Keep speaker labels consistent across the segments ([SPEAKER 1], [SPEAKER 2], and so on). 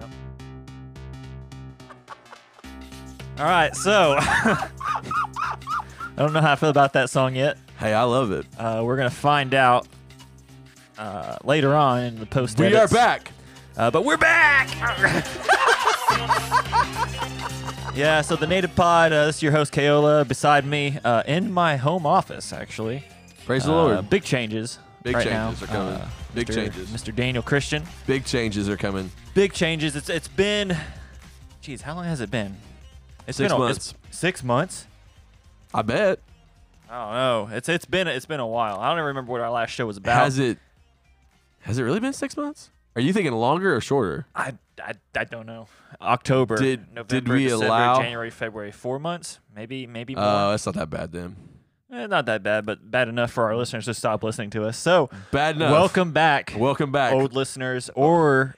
[SPEAKER 1] Yep. All right, so I don't know how I feel about that song yet.
[SPEAKER 2] Hey, I love it.
[SPEAKER 1] Uh, we're gonna find out uh, later on in the post.
[SPEAKER 2] We are
[SPEAKER 1] edits.
[SPEAKER 2] back.
[SPEAKER 1] uh, but we're back. yeah, so the Native Pod. Uh, this is your host Kaola. Beside me, uh, in my home office, actually.
[SPEAKER 2] Praise the
[SPEAKER 1] Uh,
[SPEAKER 2] Lord.
[SPEAKER 1] Big changes.
[SPEAKER 2] Big
[SPEAKER 1] right
[SPEAKER 2] changes
[SPEAKER 1] now.
[SPEAKER 2] are coming.
[SPEAKER 1] Uh,
[SPEAKER 2] Big
[SPEAKER 1] Mr.
[SPEAKER 2] changes.
[SPEAKER 1] Mr. Daniel Christian.
[SPEAKER 2] Big changes are coming.
[SPEAKER 1] Big changes. It's it's been. Geez, how long has it been? It's
[SPEAKER 2] Six
[SPEAKER 1] been a-
[SPEAKER 2] months.
[SPEAKER 1] it's six months.
[SPEAKER 2] I bet.
[SPEAKER 1] I don't know. It's it's been it's been a while. I don't even remember what our last show was about.
[SPEAKER 2] Has it? Has it really been six months? Are you thinking longer or shorter?
[SPEAKER 1] I, I, I don't know. October,
[SPEAKER 2] Did- did
[SPEAKER 1] November,
[SPEAKER 2] we
[SPEAKER 1] December,
[SPEAKER 2] allow-
[SPEAKER 1] January, February, four months, maybe maybe more.
[SPEAKER 2] Oh, that's not that bad then.
[SPEAKER 1] Eh, not that bad, but bad enough for our listeners to stop listening to us. So
[SPEAKER 2] Bad enough.
[SPEAKER 1] welcome back,
[SPEAKER 2] Welcome back.
[SPEAKER 1] old listeners, or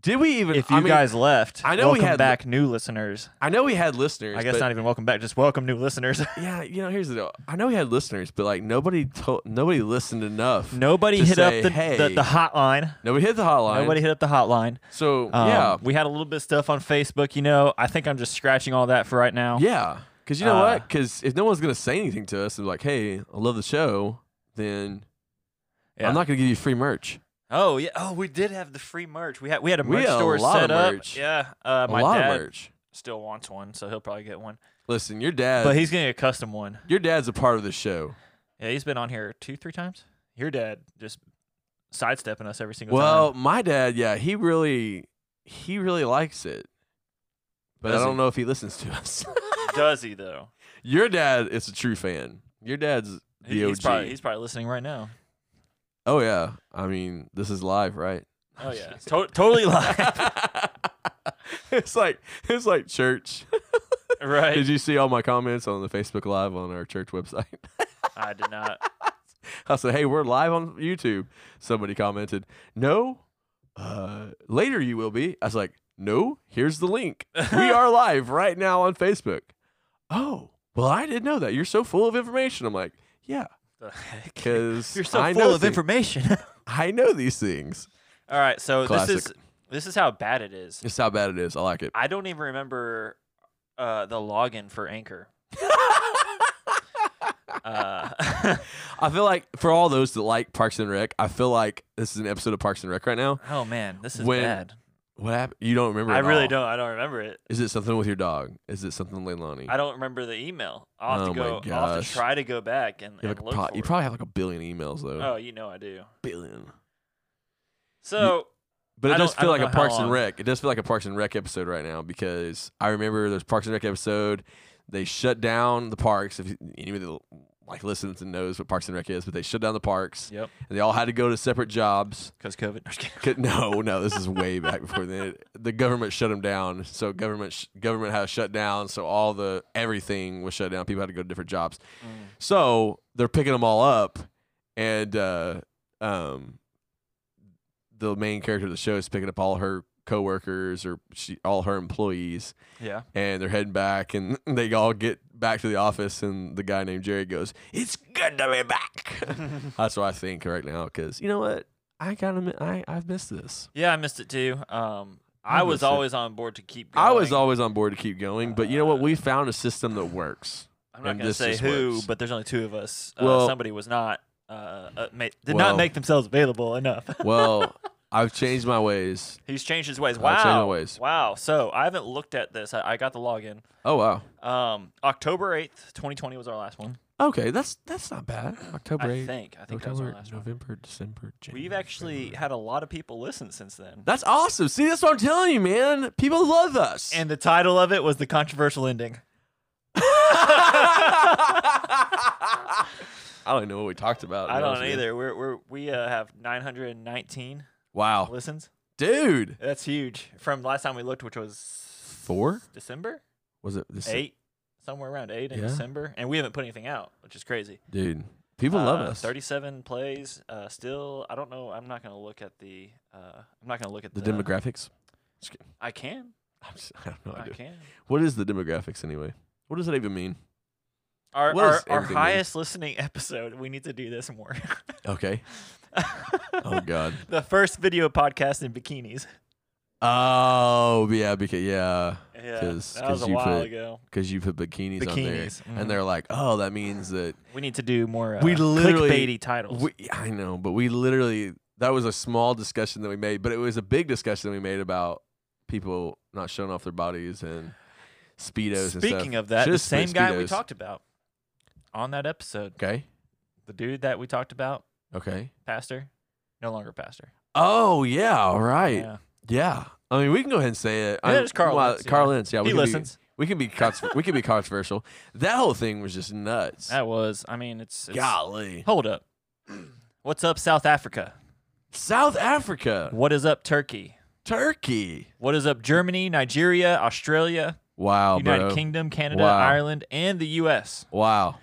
[SPEAKER 2] Did we even?
[SPEAKER 1] if you
[SPEAKER 2] I mean,
[SPEAKER 1] guys left,
[SPEAKER 2] I know we
[SPEAKER 1] welcome
[SPEAKER 2] had-
[SPEAKER 1] back, new listeners.
[SPEAKER 2] I know we had listeners.
[SPEAKER 1] I guess
[SPEAKER 2] but-
[SPEAKER 1] not even welcome back, just welcome new listeners.
[SPEAKER 2] Yeah, you know, here's the deal. I know we had listeners, but like nobody told, nobody listened enough.
[SPEAKER 1] Nobody
[SPEAKER 2] To
[SPEAKER 1] hit
[SPEAKER 2] say,
[SPEAKER 1] up the,
[SPEAKER 2] "Hey."
[SPEAKER 1] the, the hotline.
[SPEAKER 2] Nobody hit the hotline.
[SPEAKER 1] Nobody hit up the hotline.
[SPEAKER 2] So
[SPEAKER 1] Um,
[SPEAKER 2] yeah,
[SPEAKER 1] we had a little bit of stuff on Facebook. You know, I think I'm just scratching all that for right now.
[SPEAKER 2] yeah. Because you know
[SPEAKER 1] Uh,
[SPEAKER 2] what? Because if no one's gonna say anything to us and be like, "Hey, I love the show," then
[SPEAKER 1] Yeah.
[SPEAKER 2] I'm not gonna give you free merch.
[SPEAKER 1] Oh yeah. Oh, we did have the free merch. We had we had a
[SPEAKER 2] We
[SPEAKER 1] merch
[SPEAKER 2] had a
[SPEAKER 1] store
[SPEAKER 2] lot of
[SPEAKER 1] set up.
[SPEAKER 2] merch.
[SPEAKER 1] Yeah. Uh,
[SPEAKER 2] A
[SPEAKER 1] my
[SPEAKER 2] lot
[SPEAKER 1] dad
[SPEAKER 2] of merch.
[SPEAKER 1] still wants one, so he'll probably get one.
[SPEAKER 2] Listen, your dad,
[SPEAKER 1] But he's getting a custom one.
[SPEAKER 2] your dad's a part of the show.
[SPEAKER 1] Yeah, he's been on here two, three times. Your dad just sidestepping us every single
[SPEAKER 2] Well,
[SPEAKER 1] time.
[SPEAKER 2] my dad, yeah, he really, he really likes it. But
[SPEAKER 1] Does
[SPEAKER 2] I
[SPEAKER 1] he?
[SPEAKER 2] don't know if he listens to us.
[SPEAKER 1] does he though?
[SPEAKER 2] your dad is a true fan. Your dad's
[SPEAKER 1] He-
[SPEAKER 2] the OG.
[SPEAKER 1] he's probably he's probably listening right now.
[SPEAKER 2] Oh yeah, I mean this is live, right?
[SPEAKER 1] Oh yeah, to- totally live.
[SPEAKER 2] it's like it's like church.
[SPEAKER 1] right?
[SPEAKER 2] Did you see all my comments on the Facebook Live on our church website?
[SPEAKER 1] I did not.
[SPEAKER 2] I said, "Hey, we're live on YouTube." Somebody commented, "No, uh, later you will be." I was like, "No, here's the link. We are live right now on Facebook." Oh, well, I didn't know that. You're so full of information. I'm like, "Yeah,
[SPEAKER 1] The heck?
[SPEAKER 2] because
[SPEAKER 1] You're so
[SPEAKER 2] I
[SPEAKER 1] full
[SPEAKER 2] know
[SPEAKER 1] of
[SPEAKER 2] thi-
[SPEAKER 1] information.
[SPEAKER 2] I know these things.
[SPEAKER 1] all right, so
[SPEAKER 2] Classic.
[SPEAKER 1] this is this is how bad it is.
[SPEAKER 2] It's how bad it is. I like it.
[SPEAKER 1] I don't even remember uh, the login for Anchor. uh,
[SPEAKER 2] I feel like for all those that like Parks and Rec, I feel like this is an episode of Parks and Rec right now.
[SPEAKER 1] oh man, this is
[SPEAKER 2] When-
[SPEAKER 1] bad.
[SPEAKER 2] What happened? You don't remember?
[SPEAKER 1] I
[SPEAKER 2] at
[SPEAKER 1] really
[SPEAKER 2] all.
[SPEAKER 1] don't. I don't remember it.
[SPEAKER 2] Is it something with your dog? Is it something Leilani?
[SPEAKER 1] I don't remember the email. I'll have
[SPEAKER 2] Oh
[SPEAKER 1] to
[SPEAKER 2] my
[SPEAKER 1] go. I'll have to
[SPEAKER 2] gosh.
[SPEAKER 1] try to go back and,
[SPEAKER 2] You,
[SPEAKER 1] and
[SPEAKER 2] have like a
[SPEAKER 1] look
[SPEAKER 2] pro-
[SPEAKER 1] for
[SPEAKER 2] you
[SPEAKER 1] it.
[SPEAKER 2] probably have like a billion emails though.
[SPEAKER 1] Oh, you know I do.
[SPEAKER 2] billion.
[SPEAKER 1] So
[SPEAKER 2] But
[SPEAKER 1] I
[SPEAKER 2] it does
[SPEAKER 1] don't- I
[SPEAKER 2] feel
[SPEAKER 1] don't
[SPEAKER 2] like
[SPEAKER 1] know
[SPEAKER 2] a
[SPEAKER 1] how
[SPEAKER 2] Parks and
[SPEAKER 1] long.
[SPEAKER 2] Rec. It does feel like a Parks and Rec episode right now because I remember there's Parks and Rec episode. They shut down the parks. If you- anybody that like listens and knows what Parks and Rec is, but they shut down the parks
[SPEAKER 1] yep,
[SPEAKER 2] and they all had to go to separate jobs.
[SPEAKER 1] because COVID. I'm just kidding.
[SPEAKER 2] 'Cause- No, no, this is way back before then. The government shut them down. So government sh- government had to shut down. So all the everything was shut down. People had to go to different jobs.
[SPEAKER 1] Mm.
[SPEAKER 2] So they're picking them all up, and uh, um, the main character of the show is picking up all her coworkers or she, all her employees,
[SPEAKER 1] Yeah.
[SPEAKER 2] and they're heading back, and they all get back to the office, and the guy named Jerry goes, "It's good to be back." That's what I think right now, because you know what, I kind of I I've missed this.
[SPEAKER 1] yeah, I missed it too. Um,
[SPEAKER 2] I
[SPEAKER 1] I, was
[SPEAKER 2] miss it.
[SPEAKER 1] always on board to keep. Going.
[SPEAKER 2] I was always on board to keep going, but you know what, we found a system that works.
[SPEAKER 1] I'm not
[SPEAKER 2] and
[SPEAKER 1] gonna
[SPEAKER 2] this
[SPEAKER 1] say
[SPEAKER 2] just
[SPEAKER 1] who,
[SPEAKER 2] works.
[SPEAKER 1] but there's only two of us. Uh,
[SPEAKER 2] Well-
[SPEAKER 1] somebody was not. Uh, uh, ma- did
[SPEAKER 2] Well-
[SPEAKER 1] not make themselves available enough.
[SPEAKER 2] Well, I've changed my ways.
[SPEAKER 1] He's changed his ways.
[SPEAKER 2] I've
[SPEAKER 1] Wow.
[SPEAKER 2] changed my ways.
[SPEAKER 1] Wow. So I haven't looked at this. I, I got the login.
[SPEAKER 2] Oh wow.
[SPEAKER 1] Um, October eighth, twenty twenty was our last one.
[SPEAKER 2] Okay, that's that's not bad. October
[SPEAKER 1] I
[SPEAKER 2] eighth,
[SPEAKER 1] think. I think that was our
[SPEAKER 2] October,
[SPEAKER 1] last one.
[SPEAKER 2] November, December, January.
[SPEAKER 1] We've actually
[SPEAKER 2] February.
[SPEAKER 1] had a lot of people listen since then.
[SPEAKER 2] That's awesome. See, that's what I'm telling you, man. People love us.
[SPEAKER 1] And the title of it was the controversial ending.
[SPEAKER 2] I don't even know what we talked about.
[SPEAKER 1] I
[SPEAKER 2] to be
[SPEAKER 1] don't
[SPEAKER 2] honest with you.
[SPEAKER 1] either. We're we're we uh, have nine hundred and nineteen
[SPEAKER 2] Wow,
[SPEAKER 1] listens.
[SPEAKER 2] dude.
[SPEAKER 1] That's huge from last time we looked, which was
[SPEAKER 2] Four?
[SPEAKER 1] December
[SPEAKER 2] Was it this?
[SPEAKER 1] eight, somewhere around eight in
[SPEAKER 2] Yeah.
[SPEAKER 1] December, and we haven't put anything out, which is crazy.
[SPEAKER 2] Dude, people love
[SPEAKER 1] Uh,
[SPEAKER 2] us.
[SPEAKER 1] Thirty-seven plays. Uh, still, I don't know. I'm not gonna look at the. Uh, I'm not gonna look at
[SPEAKER 2] the
[SPEAKER 1] the,
[SPEAKER 2] demographics.
[SPEAKER 1] I can.
[SPEAKER 2] I'm just, Oh, I have no
[SPEAKER 1] I
[SPEAKER 2] idea.
[SPEAKER 1] can.
[SPEAKER 2] What is the demographics anyway? What does that even mean?
[SPEAKER 1] Our,
[SPEAKER 2] What
[SPEAKER 1] our,
[SPEAKER 2] does
[SPEAKER 1] our
[SPEAKER 2] everything mean?
[SPEAKER 1] highest listening episode. We need to do this more.
[SPEAKER 2] Okay. oh God.
[SPEAKER 1] the first video podcast in bikinis.
[SPEAKER 2] Oh yeah, because yeah,
[SPEAKER 1] Yeah,
[SPEAKER 2] because
[SPEAKER 1] that was a
[SPEAKER 2] you
[SPEAKER 1] while
[SPEAKER 2] put
[SPEAKER 1] ago.
[SPEAKER 2] because you put bikinis, on there,
[SPEAKER 1] Bikinis, mhm.
[SPEAKER 2] and they're like, oh, that means that
[SPEAKER 1] We need to do more. Uh,
[SPEAKER 2] We literally-
[SPEAKER 1] clickbaity titles.
[SPEAKER 2] we, I know, but we literally that was a small discussion that we made, but it was a big discussion that we made about people not showing off their bodies and speedos. and
[SPEAKER 1] Speaking
[SPEAKER 2] stuff.
[SPEAKER 1] of that,
[SPEAKER 2] Just
[SPEAKER 1] the same guy we
[SPEAKER 2] Speedos.
[SPEAKER 1] talked about on that episode,
[SPEAKER 2] Okay.
[SPEAKER 1] the dude that we talked about,
[SPEAKER 2] Okay.
[SPEAKER 1] pastor, no longer pastor.
[SPEAKER 2] Oh yeah. All right. Yeah.
[SPEAKER 1] Yeah,
[SPEAKER 2] I mean, we can go ahead and say it.
[SPEAKER 1] Yeah,
[SPEAKER 2] I-
[SPEAKER 1] it's Carl
[SPEAKER 2] well,
[SPEAKER 1] Lentz, yeah.
[SPEAKER 2] Carl Lentz. Yeah.
[SPEAKER 1] he
[SPEAKER 2] we can be-
[SPEAKER 1] listens.
[SPEAKER 2] we can be contro- we can be controversial. That whole thing was just nuts.
[SPEAKER 1] That was. I mean, it's, it's
[SPEAKER 2] Golly.
[SPEAKER 1] Hold up. What's up, South Africa?
[SPEAKER 2] South Africa,
[SPEAKER 1] What is up, Turkey?
[SPEAKER 2] Turkey.
[SPEAKER 1] What is up, Germany, Nigeria, Australia,
[SPEAKER 2] Wow,
[SPEAKER 1] United
[SPEAKER 2] Oh, bro.
[SPEAKER 1] Kingdom, Canada,
[SPEAKER 2] Wow.
[SPEAKER 1] Ireland, and the U.S.
[SPEAKER 2] Wow.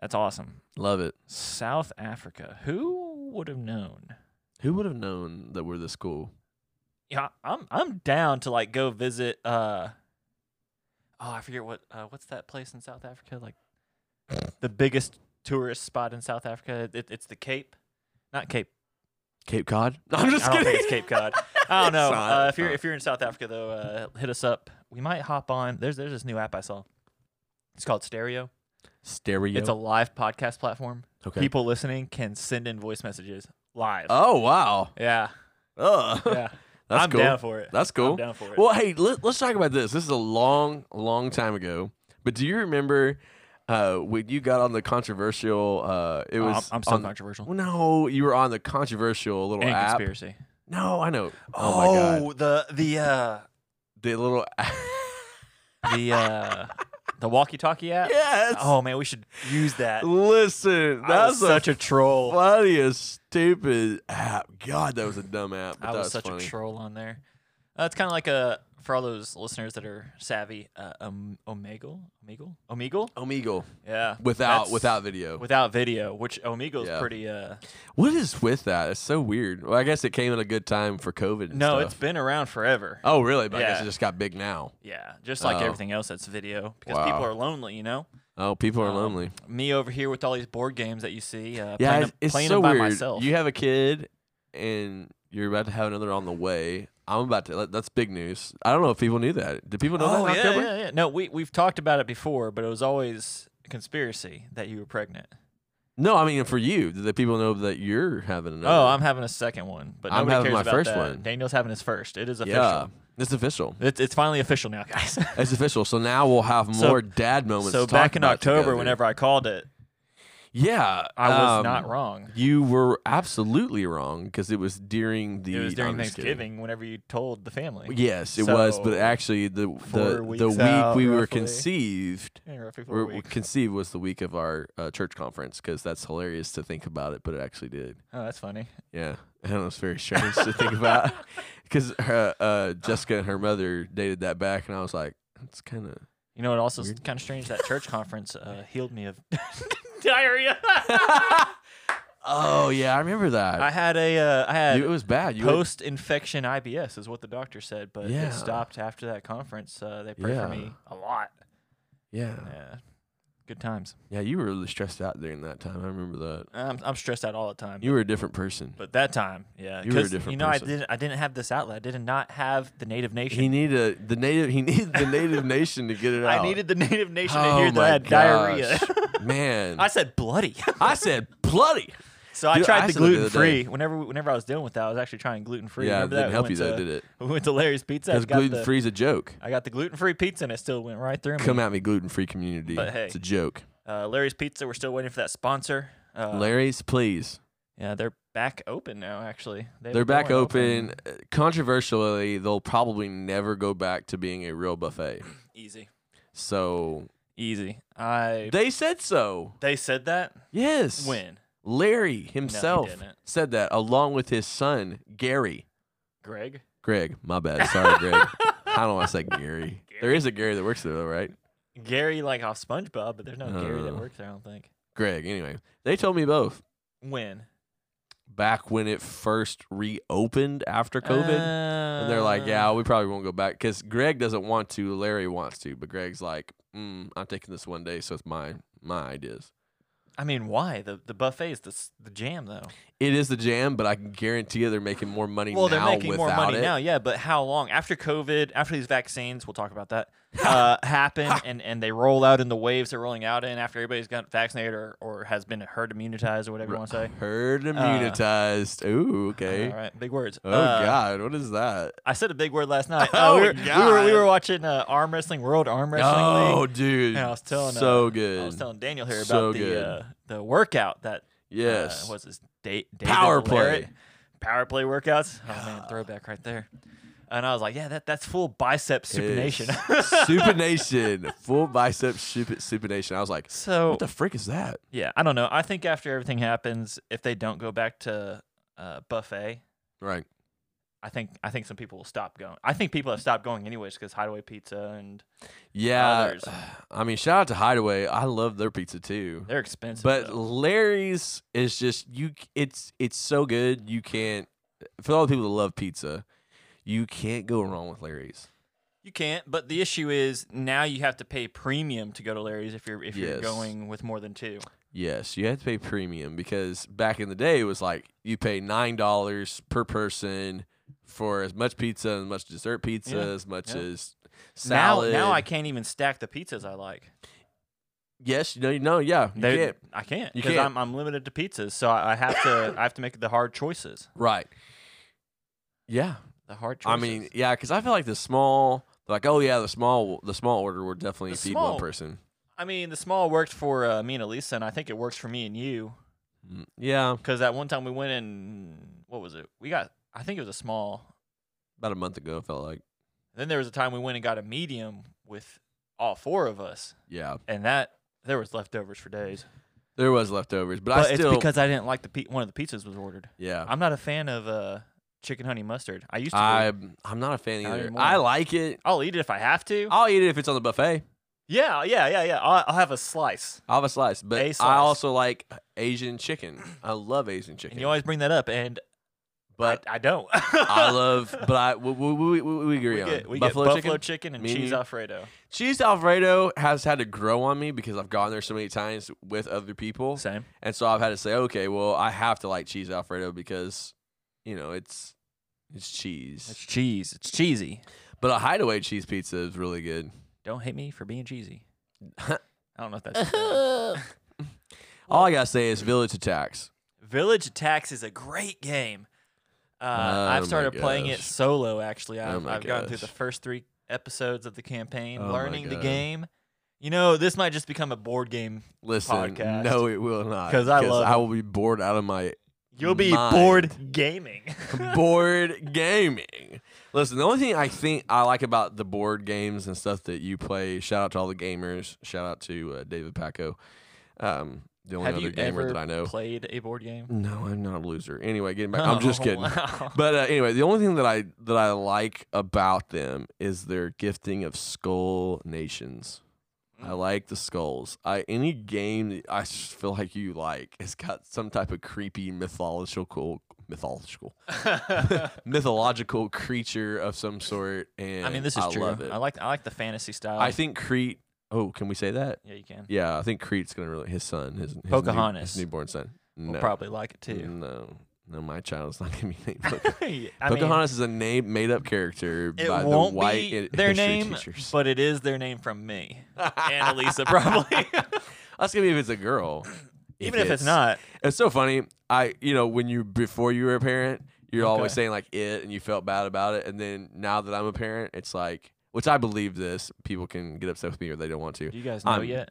[SPEAKER 1] That's awesome.
[SPEAKER 2] Love it.
[SPEAKER 1] South Africa. Who would have known?
[SPEAKER 2] Who would have known that we're this cool?
[SPEAKER 1] Yeah, I'm I'm down to like go visit. uh Oh, I forget what uh, what's that place in South Africa? Like the biggest tourist spot in South Africa. It, it's the Cape, not Cape.
[SPEAKER 2] Cape Cod? No, I'm just
[SPEAKER 1] I don't
[SPEAKER 2] kidding.
[SPEAKER 1] think it's Cape Cod. I don't know.
[SPEAKER 2] It's not,
[SPEAKER 1] Uh,
[SPEAKER 2] it's
[SPEAKER 1] if you're
[SPEAKER 2] not.
[SPEAKER 1] if you're in South Africa though, uh, hit us up. We might hop on. There's there's this new app I saw. It's called Stereo.
[SPEAKER 2] Stereo.
[SPEAKER 1] It's a live podcast platform.
[SPEAKER 2] okay.
[SPEAKER 1] People listening can send in voice messages live.
[SPEAKER 2] Oh wow.
[SPEAKER 1] yeah,
[SPEAKER 2] Ugh.
[SPEAKER 1] yeah.
[SPEAKER 2] That's
[SPEAKER 1] I'm
[SPEAKER 2] cool.
[SPEAKER 1] down for it.
[SPEAKER 2] That's cool.
[SPEAKER 1] I'm down for it.
[SPEAKER 2] Well, hey, let, let's talk about this. This is a long, long time ago. But do you remember uh, when you got on the controversial? Uh, it
[SPEAKER 1] Oh, I'm-
[SPEAKER 2] was.
[SPEAKER 1] I'm, so
[SPEAKER 2] on-
[SPEAKER 1] controversial.
[SPEAKER 2] Well, no, you were on the controversial little
[SPEAKER 1] And
[SPEAKER 2] app.
[SPEAKER 1] conspiracy.
[SPEAKER 2] No, I know. Oh, my god,
[SPEAKER 1] the the uh,
[SPEAKER 2] the little.
[SPEAKER 1] the uh, the walkie-talkie app.
[SPEAKER 2] yes.
[SPEAKER 1] Oh man, we should use that.
[SPEAKER 2] Listen,
[SPEAKER 1] I was
[SPEAKER 2] that's a
[SPEAKER 1] such a troll.
[SPEAKER 2] funniest stupid app. God, that was a dumb app. But
[SPEAKER 1] I
[SPEAKER 2] that
[SPEAKER 1] was,
[SPEAKER 2] was
[SPEAKER 1] such
[SPEAKER 2] funny.
[SPEAKER 1] a troll on there. Uh, it's kind of like a for all those listeners that are savvy, uh, um, Omegle, Omegle, Omegle.
[SPEAKER 2] Omegle
[SPEAKER 1] Yeah,
[SPEAKER 2] without
[SPEAKER 1] that's-
[SPEAKER 2] without video.
[SPEAKER 1] without video, which Omegle's
[SPEAKER 2] Yeah.
[SPEAKER 1] pretty. Uh,
[SPEAKER 2] what is with that? It's so weird. Well, I guess it came at a good time for COVID. And
[SPEAKER 1] no,
[SPEAKER 2] stuff.
[SPEAKER 1] it's been around forever.
[SPEAKER 2] oh really? But I guess
[SPEAKER 1] Yeah.
[SPEAKER 2] it just got big now.
[SPEAKER 1] Yeah, just like
[SPEAKER 2] Oh.
[SPEAKER 1] everything else that's video, because people
[SPEAKER 2] Wow.
[SPEAKER 1] are lonely, you know.
[SPEAKER 2] Oh, people are
[SPEAKER 1] Um,
[SPEAKER 2] lonely.
[SPEAKER 1] Me over here with all these board games that you see, uh,
[SPEAKER 2] Yeah,
[SPEAKER 1] playing,
[SPEAKER 2] it's,
[SPEAKER 1] them,
[SPEAKER 2] it's
[SPEAKER 1] playing
[SPEAKER 2] so
[SPEAKER 1] them by
[SPEAKER 2] weird.
[SPEAKER 1] myself.
[SPEAKER 2] You have a kid, and you're about to have another on the way. I'm about to. that- That's big news. I don't know if people knew that. Did people know
[SPEAKER 1] oh
[SPEAKER 2] that? in
[SPEAKER 1] yeah,
[SPEAKER 2] October?
[SPEAKER 1] yeah, yeah. No, we we've talked about it before, but it was always a conspiracy that you were pregnant.
[SPEAKER 2] No, I mean for you. Did the people know that you're having another?
[SPEAKER 1] Oh, I'm having a second one, but
[SPEAKER 2] I'm
[SPEAKER 1] nobody
[SPEAKER 2] having
[SPEAKER 1] cares
[SPEAKER 2] my
[SPEAKER 1] about
[SPEAKER 2] first
[SPEAKER 1] that.
[SPEAKER 2] one.
[SPEAKER 1] Daniel's having his first. It is official.
[SPEAKER 2] yeah. It's official.
[SPEAKER 1] It's, it's finally official now, guys.
[SPEAKER 2] It's official. So now we'll have
[SPEAKER 1] So-
[SPEAKER 2] more dad moments.
[SPEAKER 1] so
[SPEAKER 2] to talk
[SPEAKER 1] back in
[SPEAKER 2] about
[SPEAKER 1] October,
[SPEAKER 2] together.
[SPEAKER 1] whenever I called it,
[SPEAKER 2] yeah,
[SPEAKER 1] I was
[SPEAKER 2] um,
[SPEAKER 1] not wrong.
[SPEAKER 2] You were absolutely wrong because it was during the.
[SPEAKER 1] It was
[SPEAKER 2] no,
[SPEAKER 1] during
[SPEAKER 2] I'm just kidding.
[SPEAKER 1] Thanksgiving whenever you told the family.
[SPEAKER 2] Yes, it was, but
[SPEAKER 1] So,
[SPEAKER 2] actually the the,
[SPEAKER 1] four
[SPEAKER 2] the
[SPEAKER 1] weeks
[SPEAKER 2] week
[SPEAKER 1] out,
[SPEAKER 2] we were
[SPEAKER 1] roughly.
[SPEAKER 2] conceived.
[SPEAKER 1] Yeah, roughly four
[SPEAKER 2] Or
[SPEAKER 1] weeks.
[SPEAKER 2] conceived was the week of our uh, church conference because that's hilarious to think about it, but it actually did.
[SPEAKER 1] Oh, that's funny.
[SPEAKER 2] Yeah, I know it's very strange to think about because uh, Jessica and her mother dated that back, and I was like, it's kind of
[SPEAKER 1] You know, it also is
[SPEAKER 2] Weird.
[SPEAKER 1] kind of strange that church conference uh, healed me of diarrhea.
[SPEAKER 2] oh yeah, I remember that.
[SPEAKER 1] I had a uh, I had
[SPEAKER 2] You- it was bad. You had-
[SPEAKER 1] post infection IBS is what the doctor said, but
[SPEAKER 2] Yeah.
[SPEAKER 1] it stopped after that conference. Uh, they prayed
[SPEAKER 2] Yeah.
[SPEAKER 1] for me a lot.
[SPEAKER 2] yeah,
[SPEAKER 1] Yeah, good times.
[SPEAKER 2] yeah, you were really stressed out during that time. I remember that.
[SPEAKER 1] I'm, I'm stressed out all the time.
[SPEAKER 2] You were a different person.
[SPEAKER 1] But that time, yeah,
[SPEAKER 2] You were a
[SPEAKER 1] 'cause,
[SPEAKER 2] different
[SPEAKER 1] You know,
[SPEAKER 2] person.
[SPEAKER 1] I didn't. I didn't have this outlet. I did not have the Native Nation.
[SPEAKER 2] He needed a, the native. He needed the native nation to get it out.
[SPEAKER 1] I needed the Native Nation to
[SPEAKER 2] Oh
[SPEAKER 1] hear that I
[SPEAKER 2] my
[SPEAKER 1] had diarrhea.
[SPEAKER 2] gosh. Man,
[SPEAKER 1] I said bloody.
[SPEAKER 2] I said bloody.
[SPEAKER 1] so I
[SPEAKER 2] Dude, I
[SPEAKER 1] tried the
[SPEAKER 2] said that the other
[SPEAKER 1] gluten free. Whenever whenever I was dealing with that, I was actually trying gluten free.
[SPEAKER 2] yeah, it
[SPEAKER 1] Remember
[SPEAKER 2] didn't
[SPEAKER 1] that?
[SPEAKER 2] help
[SPEAKER 1] we
[SPEAKER 2] you
[SPEAKER 1] went to,
[SPEAKER 2] though, did it?
[SPEAKER 1] We went to Larry's Pizza. I
[SPEAKER 2] Because
[SPEAKER 1] got the-
[SPEAKER 2] gluten free is a joke.
[SPEAKER 1] I got the gluten free pizza and it still went right through me.
[SPEAKER 2] Come at me, gluten free community.
[SPEAKER 1] But hey.
[SPEAKER 2] It's a joke.
[SPEAKER 1] Uh, Larry's Pizza. We're still waiting for that sponsor. Uh,
[SPEAKER 2] Larry's, please.
[SPEAKER 1] yeah, they're back open now. Actually, They've
[SPEAKER 2] They're
[SPEAKER 1] been
[SPEAKER 2] back
[SPEAKER 1] going
[SPEAKER 2] open. Uh, Controversially, they'll probably never go back to being a real buffet.
[SPEAKER 1] Easy,
[SPEAKER 2] So
[SPEAKER 1] easy. I.
[SPEAKER 2] they said so.
[SPEAKER 1] They said that
[SPEAKER 2] Yes.
[SPEAKER 1] when
[SPEAKER 2] Larry himself
[SPEAKER 1] didn't.
[SPEAKER 2] said that along with his son, Gary.
[SPEAKER 1] Greg.
[SPEAKER 2] Greg, my bad. Sorry, Greg. How do I say Gary? There is a Gary that works there, though, right?
[SPEAKER 1] Gary like off SpongeBob, but there's no Gary that
[SPEAKER 2] Uh.
[SPEAKER 1] works there. I don't think.
[SPEAKER 2] Greg, anyway. They told me both
[SPEAKER 1] When
[SPEAKER 2] back when it first reopened after COVID.
[SPEAKER 1] Uh,
[SPEAKER 2] and they're like, yeah, we probably won't go back because Greg doesn't want to. Larry wants to, but Greg's like, mm, I'm taking this one day, so it's my my ideas.
[SPEAKER 1] I mean, why the the buffet is the s- the jam though?
[SPEAKER 2] It is the jam, but I can guarantee you they're making more money
[SPEAKER 1] Well, they're
[SPEAKER 2] now
[SPEAKER 1] making
[SPEAKER 2] without
[SPEAKER 1] more money
[SPEAKER 2] it.
[SPEAKER 1] now, yeah. But how long after COVID, after these vaccines, we'll talk about that, uh, happen and and they roll out in the waves they're rolling out in after everybody's got vaccinated or, or has been herd immunitized or whatever you want to say.
[SPEAKER 2] Herd immunitized. Ooh, okay.
[SPEAKER 1] All right, big words.
[SPEAKER 2] Oh
[SPEAKER 1] Uh,
[SPEAKER 2] God, what is that?
[SPEAKER 1] I said a big word last night. Uh,
[SPEAKER 2] Oh,
[SPEAKER 1] we, were, we were we
[SPEAKER 2] God.
[SPEAKER 1] were watching uh, arm wrestling, world arm wrestling.
[SPEAKER 2] Oh,
[SPEAKER 1] league.
[SPEAKER 2] dude,
[SPEAKER 1] And I was telling, uh,
[SPEAKER 2] so good.
[SPEAKER 1] I was telling Daniel here about
[SPEAKER 2] So
[SPEAKER 1] the
[SPEAKER 2] good.
[SPEAKER 1] uh, the workout that
[SPEAKER 2] yes,
[SPEAKER 1] uh, was his date
[SPEAKER 2] Power play.
[SPEAKER 1] power play workouts. Oh man, throwback right there. And I was like, yeah, that that's full bicep supination.
[SPEAKER 2] Yes. supination, full bicep sup- supination. I was like,
[SPEAKER 1] so
[SPEAKER 2] what the frick is that?
[SPEAKER 1] yeah, I don't know. I think after everything happens, if they don't go back to uh, buffet,
[SPEAKER 2] Right.
[SPEAKER 1] I think I think some people will stop going. I think people have stopped going anyways because Hideaway Pizza and
[SPEAKER 2] Yeah.
[SPEAKER 1] Others.
[SPEAKER 2] I mean, shout out to Hideaway. I love their pizza too.
[SPEAKER 1] they're expensive.
[SPEAKER 2] But
[SPEAKER 1] though.
[SPEAKER 2] Larry's is just you. c- It's it's so good. You can't. For all the people that love pizza, you can't go wrong with Larry's.
[SPEAKER 1] you can't. But the issue is now you have to pay premium to go to Larry's if you're if you're
[SPEAKER 2] Yes.
[SPEAKER 1] going with more than two.
[SPEAKER 2] Yes, you have to pay premium because back in the day it was like you pay nine dollars per person for as much pizza, as much dessert pizza,
[SPEAKER 1] Yeah,
[SPEAKER 2] as much
[SPEAKER 1] yeah.
[SPEAKER 2] as salad.
[SPEAKER 1] Now now I can't even stack the pizzas I like.
[SPEAKER 2] Yes, you know, you know, yeah, you
[SPEAKER 1] They-
[SPEAKER 2] can't.
[SPEAKER 1] I can't
[SPEAKER 2] You
[SPEAKER 1] because
[SPEAKER 2] can't.
[SPEAKER 1] I'm, I'm limited to pizzas, so I, I have to I have to make the hard choices.
[SPEAKER 2] Right. Yeah,
[SPEAKER 1] The hard choices.
[SPEAKER 2] I mean, yeah, because I feel like the small, like, oh yeah, the small, the small order will definitely
[SPEAKER 1] The
[SPEAKER 2] feed
[SPEAKER 1] small-
[SPEAKER 2] one person.
[SPEAKER 1] I mean, the small worked for uh, me and Elisa, and I think it works for me and you
[SPEAKER 2] Mm, Yeah,
[SPEAKER 1] because that one time we went in, what was it? We got I think it was a small.
[SPEAKER 2] about a month ago, it felt like.
[SPEAKER 1] Then there was a time we went and got a medium with all four of us,
[SPEAKER 2] Yeah,
[SPEAKER 1] and that there was leftovers for days.
[SPEAKER 2] there was leftovers, but,
[SPEAKER 1] But,
[SPEAKER 2] I
[SPEAKER 1] it's
[SPEAKER 2] still, Oh.
[SPEAKER 1] because I didn't like the pe- one of the pizzas was ordered.
[SPEAKER 2] yeah,
[SPEAKER 1] I'm not a fan of uh, chicken honey mustard. I used to. be.
[SPEAKER 2] I'm, I'm not a fan
[SPEAKER 1] Not
[SPEAKER 2] either.
[SPEAKER 1] anymore.
[SPEAKER 2] I like it.
[SPEAKER 1] I'll eat it if I have to.
[SPEAKER 2] I'll eat it if it's on the buffet.
[SPEAKER 1] yeah, yeah, yeah, yeah. I'll, I'll have a slice.
[SPEAKER 2] I'll have a slice, but
[SPEAKER 1] A
[SPEAKER 2] I
[SPEAKER 1] slice.
[SPEAKER 2] also like Asian chicken. I love Asian
[SPEAKER 1] And
[SPEAKER 2] chicken,
[SPEAKER 1] you always bring that up, and
[SPEAKER 2] but
[SPEAKER 1] I, I don't.
[SPEAKER 2] I love. But I we, we, we, we- we agree
[SPEAKER 1] we
[SPEAKER 2] on
[SPEAKER 1] get, we
[SPEAKER 2] buffalo
[SPEAKER 1] get
[SPEAKER 2] chicken.
[SPEAKER 1] buffalo chicken, and
[SPEAKER 2] Me and
[SPEAKER 1] cheese
[SPEAKER 2] you.
[SPEAKER 1] alfredo.
[SPEAKER 2] Cheese Alfredo has had to grow on me because I've gone there so many times with other people.
[SPEAKER 1] Same.
[SPEAKER 2] And so I've had to say, okay, well, I have to like cheese Alfredo because, you know, it's it's cheese.
[SPEAKER 1] It's cheese. It's cheesy.
[SPEAKER 2] But a hideaway cheese pizza is really good.
[SPEAKER 1] Don't hate me for being cheesy. I
[SPEAKER 2] I
[SPEAKER 1] don't know if that's
[SPEAKER 2] All I gotta say is Village Attacks.
[SPEAKER 1] Village Attacks is a great game. Uh,
[SPEAKER 2] Oh my
[SPEAKER 1] I've started playing it
[SPEAKER 2] gosh. Oh
[SPEAKER 1] solo. Actually, I've,
[SPEAKER 2] my
[SPEAKER 1] I've gone through the
[SPEAKER 2] gosh.
[SPEAKER 1] first three episodes of the campaign,
[SPEAKER 2] Oh my
[SPEAKER 1] learning the
[SPEAKER 2] God.
[SPEAKER 1] game. You know, this might just become a board game.
[SPEAKER 2] Listen,
[SPEAKER 1] Podcast.
[SPEAKER 2] no, it will not.
[SPEAKER 1] 'Cause I love
[SPEAKER 2] I
[SPEAKER 1] it.
[SPEAKER 2] will be bored out of my
[SPEAKER 1] You'll be
[SPEAKER 2] Mind.
[SPEAKER 1] bored gaming.
[SPEAKER 2] board gaming. Listen, the only thing I think I like about the board games and stuff that you play, shout out to all the gamers, shout out to uh, David Paco, um, the only
[SPEAKER 1] Have
[SPEAKER 2] other
[SPEAKER 1] you
[SPEAKER 2] gamer
[SPEAKER 1] ever
[SPEAKER 2] that I know.
[SPEAKER 1] played a board game?
[SPEAKER 2] no, I'm not a loser. Anyway, getting back, I'm just
[SPEAKER 1] Oh,
[SPEAKER 2] kidding.
[SPEAKER 1] wow.
[SPEAKER 2] But uh, anyway, the only thing that I that I like about them is their gifting of skull nations. I
[SPEAKER 1] Mm.
[SPEAKER 2] like the skulls. I any game that I s- feel like you like has got some type of creepy mythological mythological mythological creature of some sort. And
[SPEAKER 1] I mean, this is
[SPEAKER 2] I
[SPEAKER 1] true.
[SPEAKER 2] Love it.
[SPEAKER 1] I like I like the fantasy style.
[SPEAKER 2] I think Crete. Oh, can we say that?
[SPEAKER 1] yeah, you can.
[SPEAKER 2] Yeah, I think Crete's gonna really his son, his, his new-
[SPEAKER 1] Pocahontas.
[SPEAKER 2] his newborn son. No, Mm.
[SPEAKER 1] We'll probably like it too.
[SPEAKER 2] no, no, my child's not gonna be named. Pocahontas.
[SPEAKER 1] Yeah, I mean,
[SPEAKER 2] Pocahontas is a name made up character
[SPEAKER 1] it
[SPEAKER 2] by
[SPEAKER 1] won't
[SPEAKER 2] the white
[SPEAKER 1] be
[SPEAKER 2] hi-
[SPEAKER 1] their
[SPEAKER 2] history
[SPEAKER 1] name,
[SPEAKER 2] teachers.
[SPEAKER 1] but it is their name from me and Elisa, probably.
[SPEAKER 2] That's gonna be if it's a girl.
[SPEAKER 1] Even if it's, not,
[SPEAKER 2] It's so funny. I you know, when you before you were a parent, you're always
[SPEAKER 1] Okay.
[SPEAKER 2] saying like it and you felt bad about it. And then now that I'm a parent, it's like which I believe this, people can get upset with me or they don't want to.
[SPEAKER 1] do you guys know
[SPEAKER 2] I'm-
[SPEAKER 1] yet?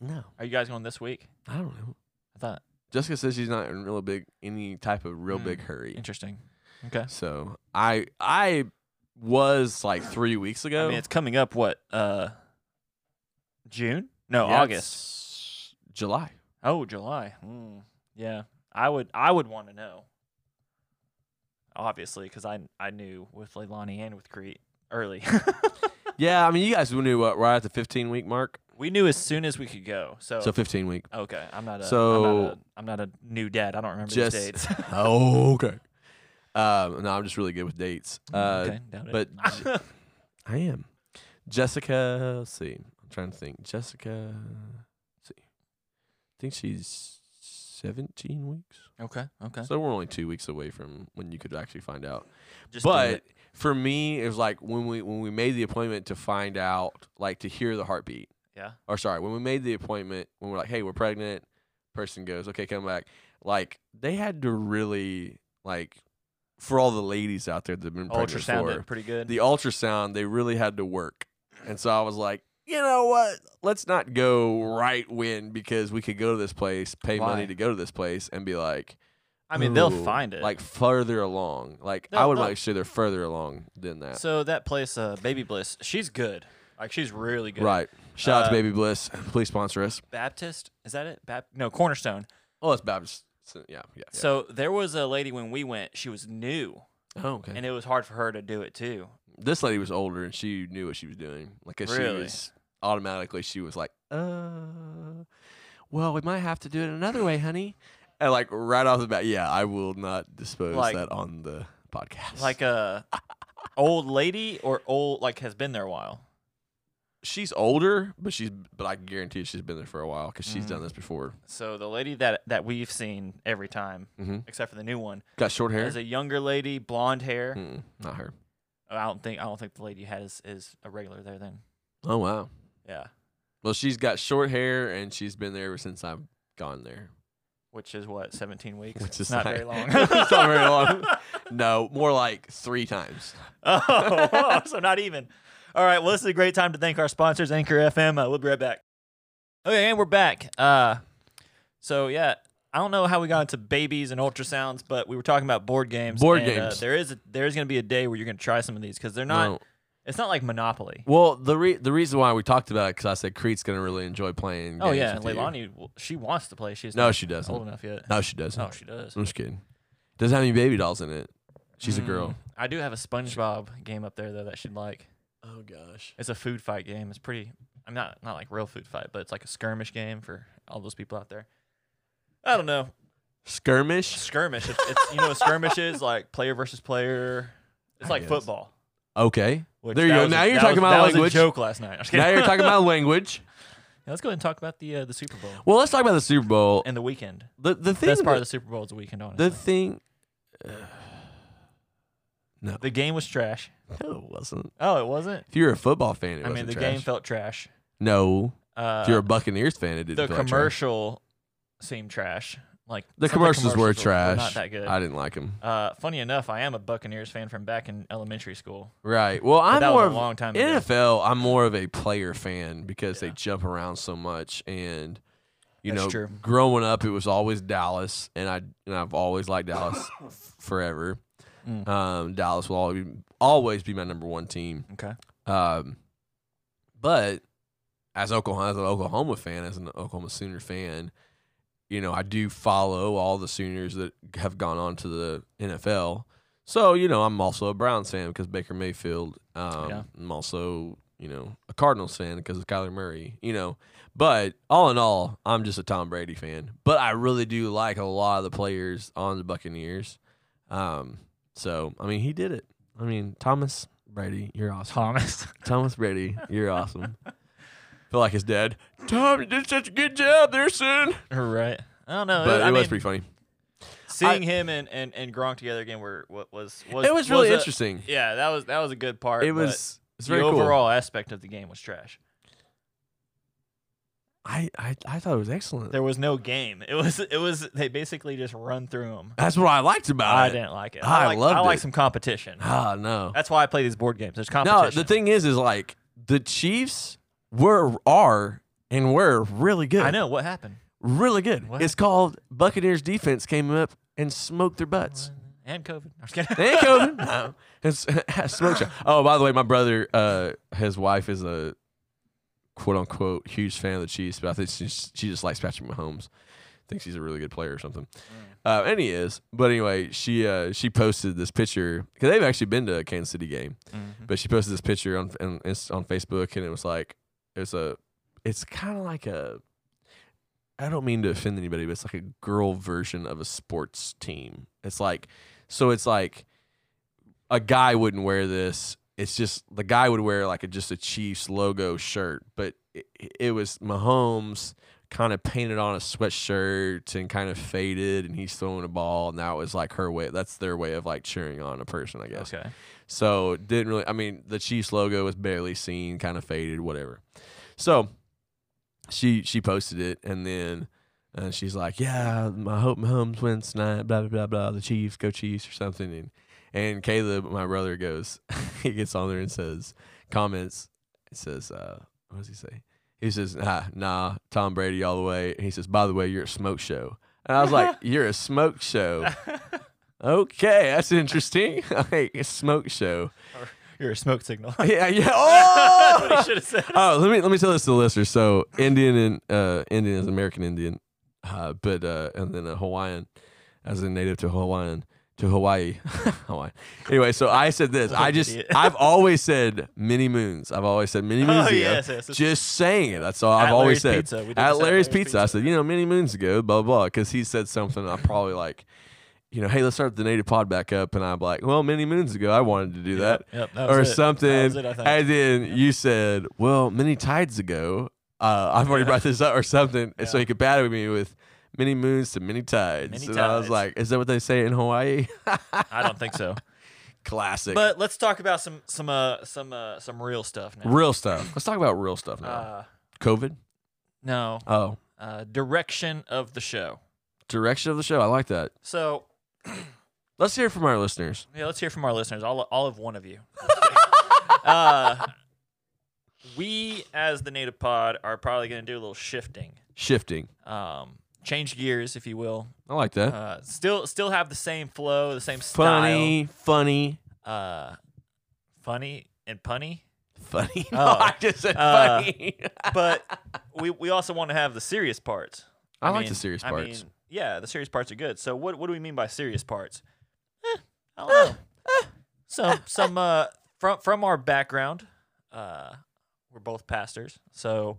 [SPEAKER 2] No.
[SPEAKER 1] Are you guys going this week?
[SPEAKER 2] I don't know.
[SPEAKER 1] I thought
[SPEAKER 2] Jessica says she's not in real big any type of real
[SPEAKER 1] Hmm.
[SPEAKER 2] big hurry.
[SPEAKER 1] interesting. Okay.
[SPEAKER 2] So I I was like three weeks ago.
[SPEAKER 1] I mean, it's coming up. What? Uh, June? No,
[SPEAKER 2] Yeah,
[SPEAKER 1] August.
[SPEAKER 2] it's July.
[SPEAKER 1] Oh, July. Mm, yeah, I would. I would want to know. Obviously, because I I knew with Leilani and with Crete early.
[SPEAKER 2] Yeah, I mean, you guys knew what right at the 15 week mark.
[SPEAKER 1] we knew as soon as we could go. So,
[SPEAKER 2] So 15 week.
[SPEAKER 1] okay, I'm not a
[SPEAKER 2] So-
[SPEAKER 1] I'm not a, I'm not a new dad. I don't remember
[SPEAKER 2] Just-
[SPEAKER 1] these dates.
[SPEAKER 2] Oh, okay. Um, no, I'm just really good with dates. Uh,
[SPEAKER 1] okay, doubt it.
[SPEAKER 2] but- I am. Jessica, let's see. I'm trying to think. Jessica, let's see, I think she's 17 weeks.
[SPEAKER 1] Okay. Okay.
[SPEAKER 2] So we're only two weeks away from when you could actually find out.
[SPEAKER 1] Just do
[SPEAKER 2] but
[SPEAKER 1] it.
[SPEAKER 2] for me, it was like when we when we made the appointment to find out, like to hear the heartbeat.
[SPEAKER 1] yeah.
[SPEAKER 2] Or sorry, when we made the appointment, when we're like, hey, we're pregnant. Person goes, okay, come back. Like they had to really like for all the ladies out there that've been pregnant
[SPEAKER 1] Ultrasound
[SPEAKER 2] before,
[SPEAKER 1] it pretty good.
[SPEAKER 2] the ultrasound they really had to work and so i was like you know what let's not go right when because we could go to this place pay
[SPEAKER 1] Why?
[SPEAKER 2] money to go to this place and be like
[SPEAKER 1] I mean, they'll
[SPEAKER 2] "Ooh,"
[SPEAKER 1] find it.
[SPEAKER 2] like further along like i
[SPEAKER 1] They'll-
[SPEAKER 2] would
[SPEAKER 1] they'll-
[SPEAKER 2] make sure they're further along than that
[SPEAKER 1] so that place, uh, Baby Bliss, she's good. Like she's really good.
[SPEAKER 2] right shout out
[SPEAKER 1] Uh,
[SPEAKER 2] to baby bliss please sponsor us
[SPEAKER 1] Baptist, is that it? Bap- no, Cornerstone.
[SPEAKER 2] oh it's baptist so- yeah yeah, yeah.
[SPEAKER 1] So there was a lady when we went. She was new,
[SPEAKER 2] oh okay
[SPEAKER 1] and it was hard for her to do it too.
[SPEAKER 2] this lady was older and she knew what she was doing. Like, 'cause she
[SPEAKER 1] Really?
[SPEAKER 2] was automatically, she was like, uh, well, we might have to do it another way, honey. And like right off the bat, yeah, I will not dispose
[SPEAKER 1] Like-
[SPEAKER 2] that on the podcast.
[SPEAKER 1] Like a old lady or old like has been there a while.
[SPEAKER 2] she's older, but she's, but I guarantee she's been there for a while because she's
[SPEAKER 1] Mhm.
[SPEAKER 2] done this before.
[SPEAKER 1] So the lady that that we've seen every time,
[SPEAKER 2] hmm
[SPEAKER 1] except for the new one,
[SPEAKER 2] Got short hair.
[SPEAKER 1] is a younger lady, blonde hair.
[SPEAKER 2] Mm, not her.
[SPEAKER 1] I don't think I don't think the lady had is, is a regular there then.
[SPEAKER 2] Oh wow.
[SPEAKER 1] Yeah,
[SPEAKER 2] Well, she's got short hair and she's been there ever since I've gone there.
[SPEAKER 1] which is what seventeen weeks.
[SPEAKER 2] Which is
[SPEAKER 1] not
[SPEAKER 2] like-
[SPEAKER 1] very long.
[SPEAKER 2] It's not very long. No, more like three times.
[SPEAKER 1] oh, whoa, so not even. All right. Well, this is a great time to thank our sponsors, Anchor FM. Uh, we'll be right back. Okay, and we're back. Uh, so yeah, I don't know how we got into babies and ultrasounds, but we were talking about board games.
[SPEAKER 2] Board
[SPEAKER 1] and, uh,
[SPEAKER 2] games.
[SPEAKER 1] there is a, there is going to be a day where you're going to try some of these because they're not.
[SPEAKER 2] No.
[SPEAKER 1] It's not like Monopoly.
[SPEAKER 2] Well, the re- the reason why we talked about it because I said Creed's gonna really enjoy playing.
[SPEAKER 1] Oh
[SPEAKER 2] games
[SPEAKER 1] yeah,
[SPEAKER 2] with you.
[SPEAKER 1] Leilani, well, she wants to play. She's
[SPEAKER 2] No,
[SPEAKER 1] not
[SPEAKER 2] she
[SPEAKER 1] old Oh,
[SPEAKER 2] doesn't.
[SPEAKER 1] enough yet.
[SPEAKER 2] No, she doesn't.
[SPEAKER 1] No, she does.
[SPEAKER 2] I'm just kidding. Doesn't have any baby dolls in it. She's a girl.
[SPEAKER 1] Mm, I do have a SpongeBob game up there though that she'd like.
[SPEAKER 2] Oh gosh.
[SPEAKER 1] It's a food fight game. It's pretty. I'm not not like real food fight, but it's like a skirmish game for all those people out there. I don't know
[SPEAKER 2] Skirmish.
[SPEAKER 1] skirmish. It's, it's you know what skirmish is like player versus player. It's
[SPEAKER 2] I
[SPEAKER 1] like
[SPEAKER 2] guess.
[SPEAKER 1] football.
[SPEAKER 2] Okay.
[SPEAKER 1] Which
[SPEAKER 2] There you
[SPEAKER 1] that
[SPEAKER 2] go.
[SPEAKER 1] was
[SPEAKER 2] Now
[SPEAKER 1] a,
[SPEAKER 2] you're
[SPEAKER 1] that
[SPEAKER 2] talking
[SPEAKER 1] was,
[SPEAKER 2] about
[SPEAKER 1] that was a
[SPEAKER 2] language.
[SPEAKER 1] joke last night. I'm just
[SPEAKER 2] now
[SPEAKER 1] kidding.
[SPEAKER 2] you're talking about language.
[SPEAKER 1] Now let's go ahead and talk about the uh, the Super Bowl
[SPEAKER 2] Well, let's talk about the Super Bowl.
[SPEAKER 1] and the weekend.
[SPEAKER 2] The the thing.
[SPEAKER 1] Best part of the
[SPEAKER 2] that-
[SPEAKER 1] Super Bowl is the weekend. Honestly,
[SPEAKER 2] the
[SPEAKER 1] the,
[SPEAKER 2] thing. No,
[SPEAKER 1] game was trash.
[SPEAKER 2] no, it wasn't.
[SPEAKER 1] Oh, it wasn't.
[SPEAKER 2] If you're a football fan, it
[SPEAKER 1] I
[SPEAKER 2] wasn't
[SPEAKER 1] mean, the
[SPEAKER 2] trash.
[SPEAKER 1] game felt trash.
[SPEAKER 2] no,
[SPEAKER 1] Uh,
[SPEAKER 2] if you're a Buccaneers fan, it didn't.
[SPEAKER 1] the
[SPEAKER 2] feel like trash.
[SPEAKER 1] commercial seemed trash. Like
[SPEAKER 2] The
[SPEAKER 1] some of
[SPEAKER 2] commercials, were trash.
[SPEAKER 1] not that good.
[SPEAKER 2] I didn't like them.
[SPEAKER 1] Uh, funny enough, I am a Buccaneers fan from back in elementary school.
[SPEAKER 2] Right. Well, I'm
[SPEAKER 1] that was
[SPEAKER 2] more
[SPEAKER 1] a
[SPEAKER 2] of
[SPEAKER 1] long time ago.
[SPEAKER 2] NFL. I'm more of a player fan because
[SPEAKER 1] Yeah.
[SPEAKER 2] they jump around so much, and you
[SPEAKER 1] That's
[SPEAKER 2] know,
[SPEAKER 1] true.
[SPEAKER 2] growing up, it was always Dallas, and I and I've always liked Dallas forever.
[SPEAKER 1] Mm.
[SPEAKER 2] Um, Dallas will always be, always be my number one team.
[SPEAKER 1] Okay.
[SPEAKER 2] Um, but as Oklahoma, as an Oklahoma fan, as an Oklahoma Sooner fan, you know I do follow all the Sooners that have gone on to the NFL. So you know I'm also a Browns fan because Baker Mayfield. Um,
[SPEAKER 1] Yeah.
[SPEAKER 2] I'm also you know a Cardinals fan because of Kyler Murray. You know, but all in all, I'm just a Tom Brady fan. But I really do like a lot of the players on the Buccaneers. Um, so I mean, he did it. I mean, Thomas Brady, you're awesome.
[SPEAKER 1] Thomas.
[SPEAKER 2] Thomas Brady, you're awesome. Feel like his dad. Tom, you did such a good job there, son.
[SPEAKER 1] right. I don't know.
[SPEAKER 2] But
[SPEAKER 1] I
[SPEAKER 2] it was
[SPEAKER 1] mean,
[SPEAKER 2] pretty funny.
[SPEAKER 1] seeing him and, and, and Gronk together again were what was was
[SPEAKER 2] It was really
[SPEAKER 1] a-
[SPEAKER 2] interesting.
[SPEAKER 1] yeah, that was that was a good part.
[SPEAKER 2] It
[SPEAKER 1] but
[SPEAKER 2] was. It's very
[SPEAKER 1] the
[SPEAKER 2] cool.
[SPEAKER 1] overall aspect of the game was trash.
[SPEAKER 2] I, I I thought it was excellent.
[SPEAKER 1] There was no game. It was it was they basically just run through them.
[SPEAKER 2] That's what I liked about
[SPEAKER 1] I
[SPEAKER 2] it.
[SPEAKER 1] didn't like it.
[SPEAKER 2] I
[SPEAKER 1] like, I
[SPEAKER 2] loved
[SPEAKER 1] like
[SPEAKER 2] it.
[SPEAKER 1] some competition.
[SPEAKER 2] Ah, no.
[SPEAKER 1] That's why I play these board games. There's competition.
[SPEAKER 2] No, the thing is, is like the Chiefs were are and were really good.
[SPEAKER 1] I know what happened.
[SPEAKER 2] really good.
[SPEAKER 1] What?
[SPEAKER 2] It's called Buccaneers defense came up and smoked their butts.
[SPEAKER 1] And COVID. I'm just kidding.
[SPEAKER 2] Hey, Conan. No. It's smoke shop. Oh, by the way, my brother, uh, his wife is a quote unquote huge fan of the Chiefs, but I think she's, she just likes Patrick Mahomes. Thinks he's a really good player or something. Uh, and he is. But anyway, she uh, she posted this picture because they've actually been to a Kansas City game.
[SPEAKER 1] Mhm.
[SPEAKER 2] But she posted this picture on on, Inst- on Facebook, and it was like it's a it's kind of like a I don't mean to offend anybody, but it's like a girl version of a sports team. It's like so it's like a guy wouldn't wear this. It's just the guy would wear like a, just a Chiefs logo shirt, but it, it was Mahomes kind of painted on a sweatshirt and kind of faded, and he's throwing a ball, and that was like her way. That's their way of like cheering on a person, I guess.
[SPEAKER 1] Okay.
[SPEAKER 2] So didn't really. I mean, the Chiefs logo was barely seen, kind of faded, whatever. So she she posted it, and then uh, she's like, "Yeah, I hope Mahomes wins tonight." Blah blah blah blah. The Chiefs, go Chiefs, or something. And and Caleb, my brother, goes. he gets on there and says, comments. It says, uh, "What does he say?" He says, nah, "Nah, Tom Brady all the way." And he says, "By the way, you're a smoke show." And I was like, "You're a smoke show." Okay, that's interesting. like a smoke show.
[SPEAKER 1] You're a smoke signal.
[SPEAKER 2] Yeah, yeah.
[SPEAKER 1] That's what he
[SPEAKER 2] Oh,
[SPEAKER 1] should have said.
[SPEAKER 2] oh let me let me tell this to the listeners. So Indian and uh, Indian is American Indian, uh, but uh, and then a Hawaiian, as a native to Hawaiian to Hawaii, Hawaii. Anyway, so I said this.
[SPEAKER 1] What an
[SPEAKER 2] I just
[SPEAKER 1] idiot.
[SPEAKER 2] I've always said many moons. I've always said many moons
[SPEAKER 1] Oh,
[SPEAKER 2] ago.
[SPEAKER 1] yes, yes. it's-
[SPEAKER 2] Just saying it. That's all I've
[SPEAKER 1] At
[SPEAKER 2] always
[SPEAKER 1] Larry's
[SPEAKER 2] said.
[SPEAKER 1] Pizza. We did this
[SPEAKER 2] At
[SPEAKER 1] at
[SPEAKER 2] Larry's
[SPEAKER 1] Larry's
[SPEAKER 2] pizza, I
[SPEAKER 1] Pizza.
[SPEAKER 2] said, you know, many moons ago, blah blah, because he said something. I probably like, you know, hey, let's start the native pod back up, and I'm like, well, many moons ago, I wanted to do that,
[SPEAKER 1] Yep, yep, that
[SPEAKER 2] or
[SPEAKER 1] was it.
[SPEAKER 2] something.
[SPEAKER 1] That was it, I think.
[SPEAKER 2] And then you said, well, many tides ago, uh, I've already
[SPEAKER 1] Yeah.
[SPEAKER 2] brought this up, or something. And so
[SPEAKER 1] Yeah.
[SPEAKER 2] he combated me with many moons to many tides,
[SPEAKER 1] Many
[SPEAKER 2] and I was
[SPEAKER 1] tides.
[SPEAKER 2] like, is that what they say in Hawaii?
[SPEAKER 1] I don't think so.
[SPEAKER 2] Classic,
[SPEAKER 1] But let's talk about some some uh some uh some real stuff now.
[SPEAKER 2] real stuff. Let's talk about real stuff now.
[SPEAKER 1] Uh,
[SPEAKER 2] COVID.
[SPEAKER 1] no,
[SPEAKER 2] Oh,
[SPEAKER 1] uh, direction of the show.
[SPEAKER 2] direction of the show. I like that.
[SPEAKER 1] So
[SPEAKER 2] Let's hear from our listeners.
[SPEAKER 1] yeah, let's hear from our listeners. All all of one of you. uh, we as the Native Pod are probably going to do a little shifting,
[SPEAKER 2] shifting.
[SPEAKER 1] um, change gears, if you will.
[SPEAKER 2] I like that.
[SPEAKER 1] Uh, still still have the same flow, the same
[SPEAKER 2] funny, funny,
[SPEAKER 1] style. Uh, funny and punny.
[SPEAKER 2] funny.
[SPEAKER 1] Oh.
[SPEAKER 2] No, I just said
[SPEAKER 1] Uh,
[SPEAKER 2] funny.
[SPEAKER 1] but we we also want to have the serious parts.
[SPEAKER 2] I like the
[SPEAKER 1] mean-
[SPEAKER 2] serious
[SPEAKER 1] I
[SPEAKER 2] parts.
[SPEAKER 1] mean, yeah, the serious parts are good. So what what do we mean by serious parts? Eh, I don't know.
[SPEAKER 2] eh.
[SPEAKER 1] some some uh from from our background, uh, we're both pastors, so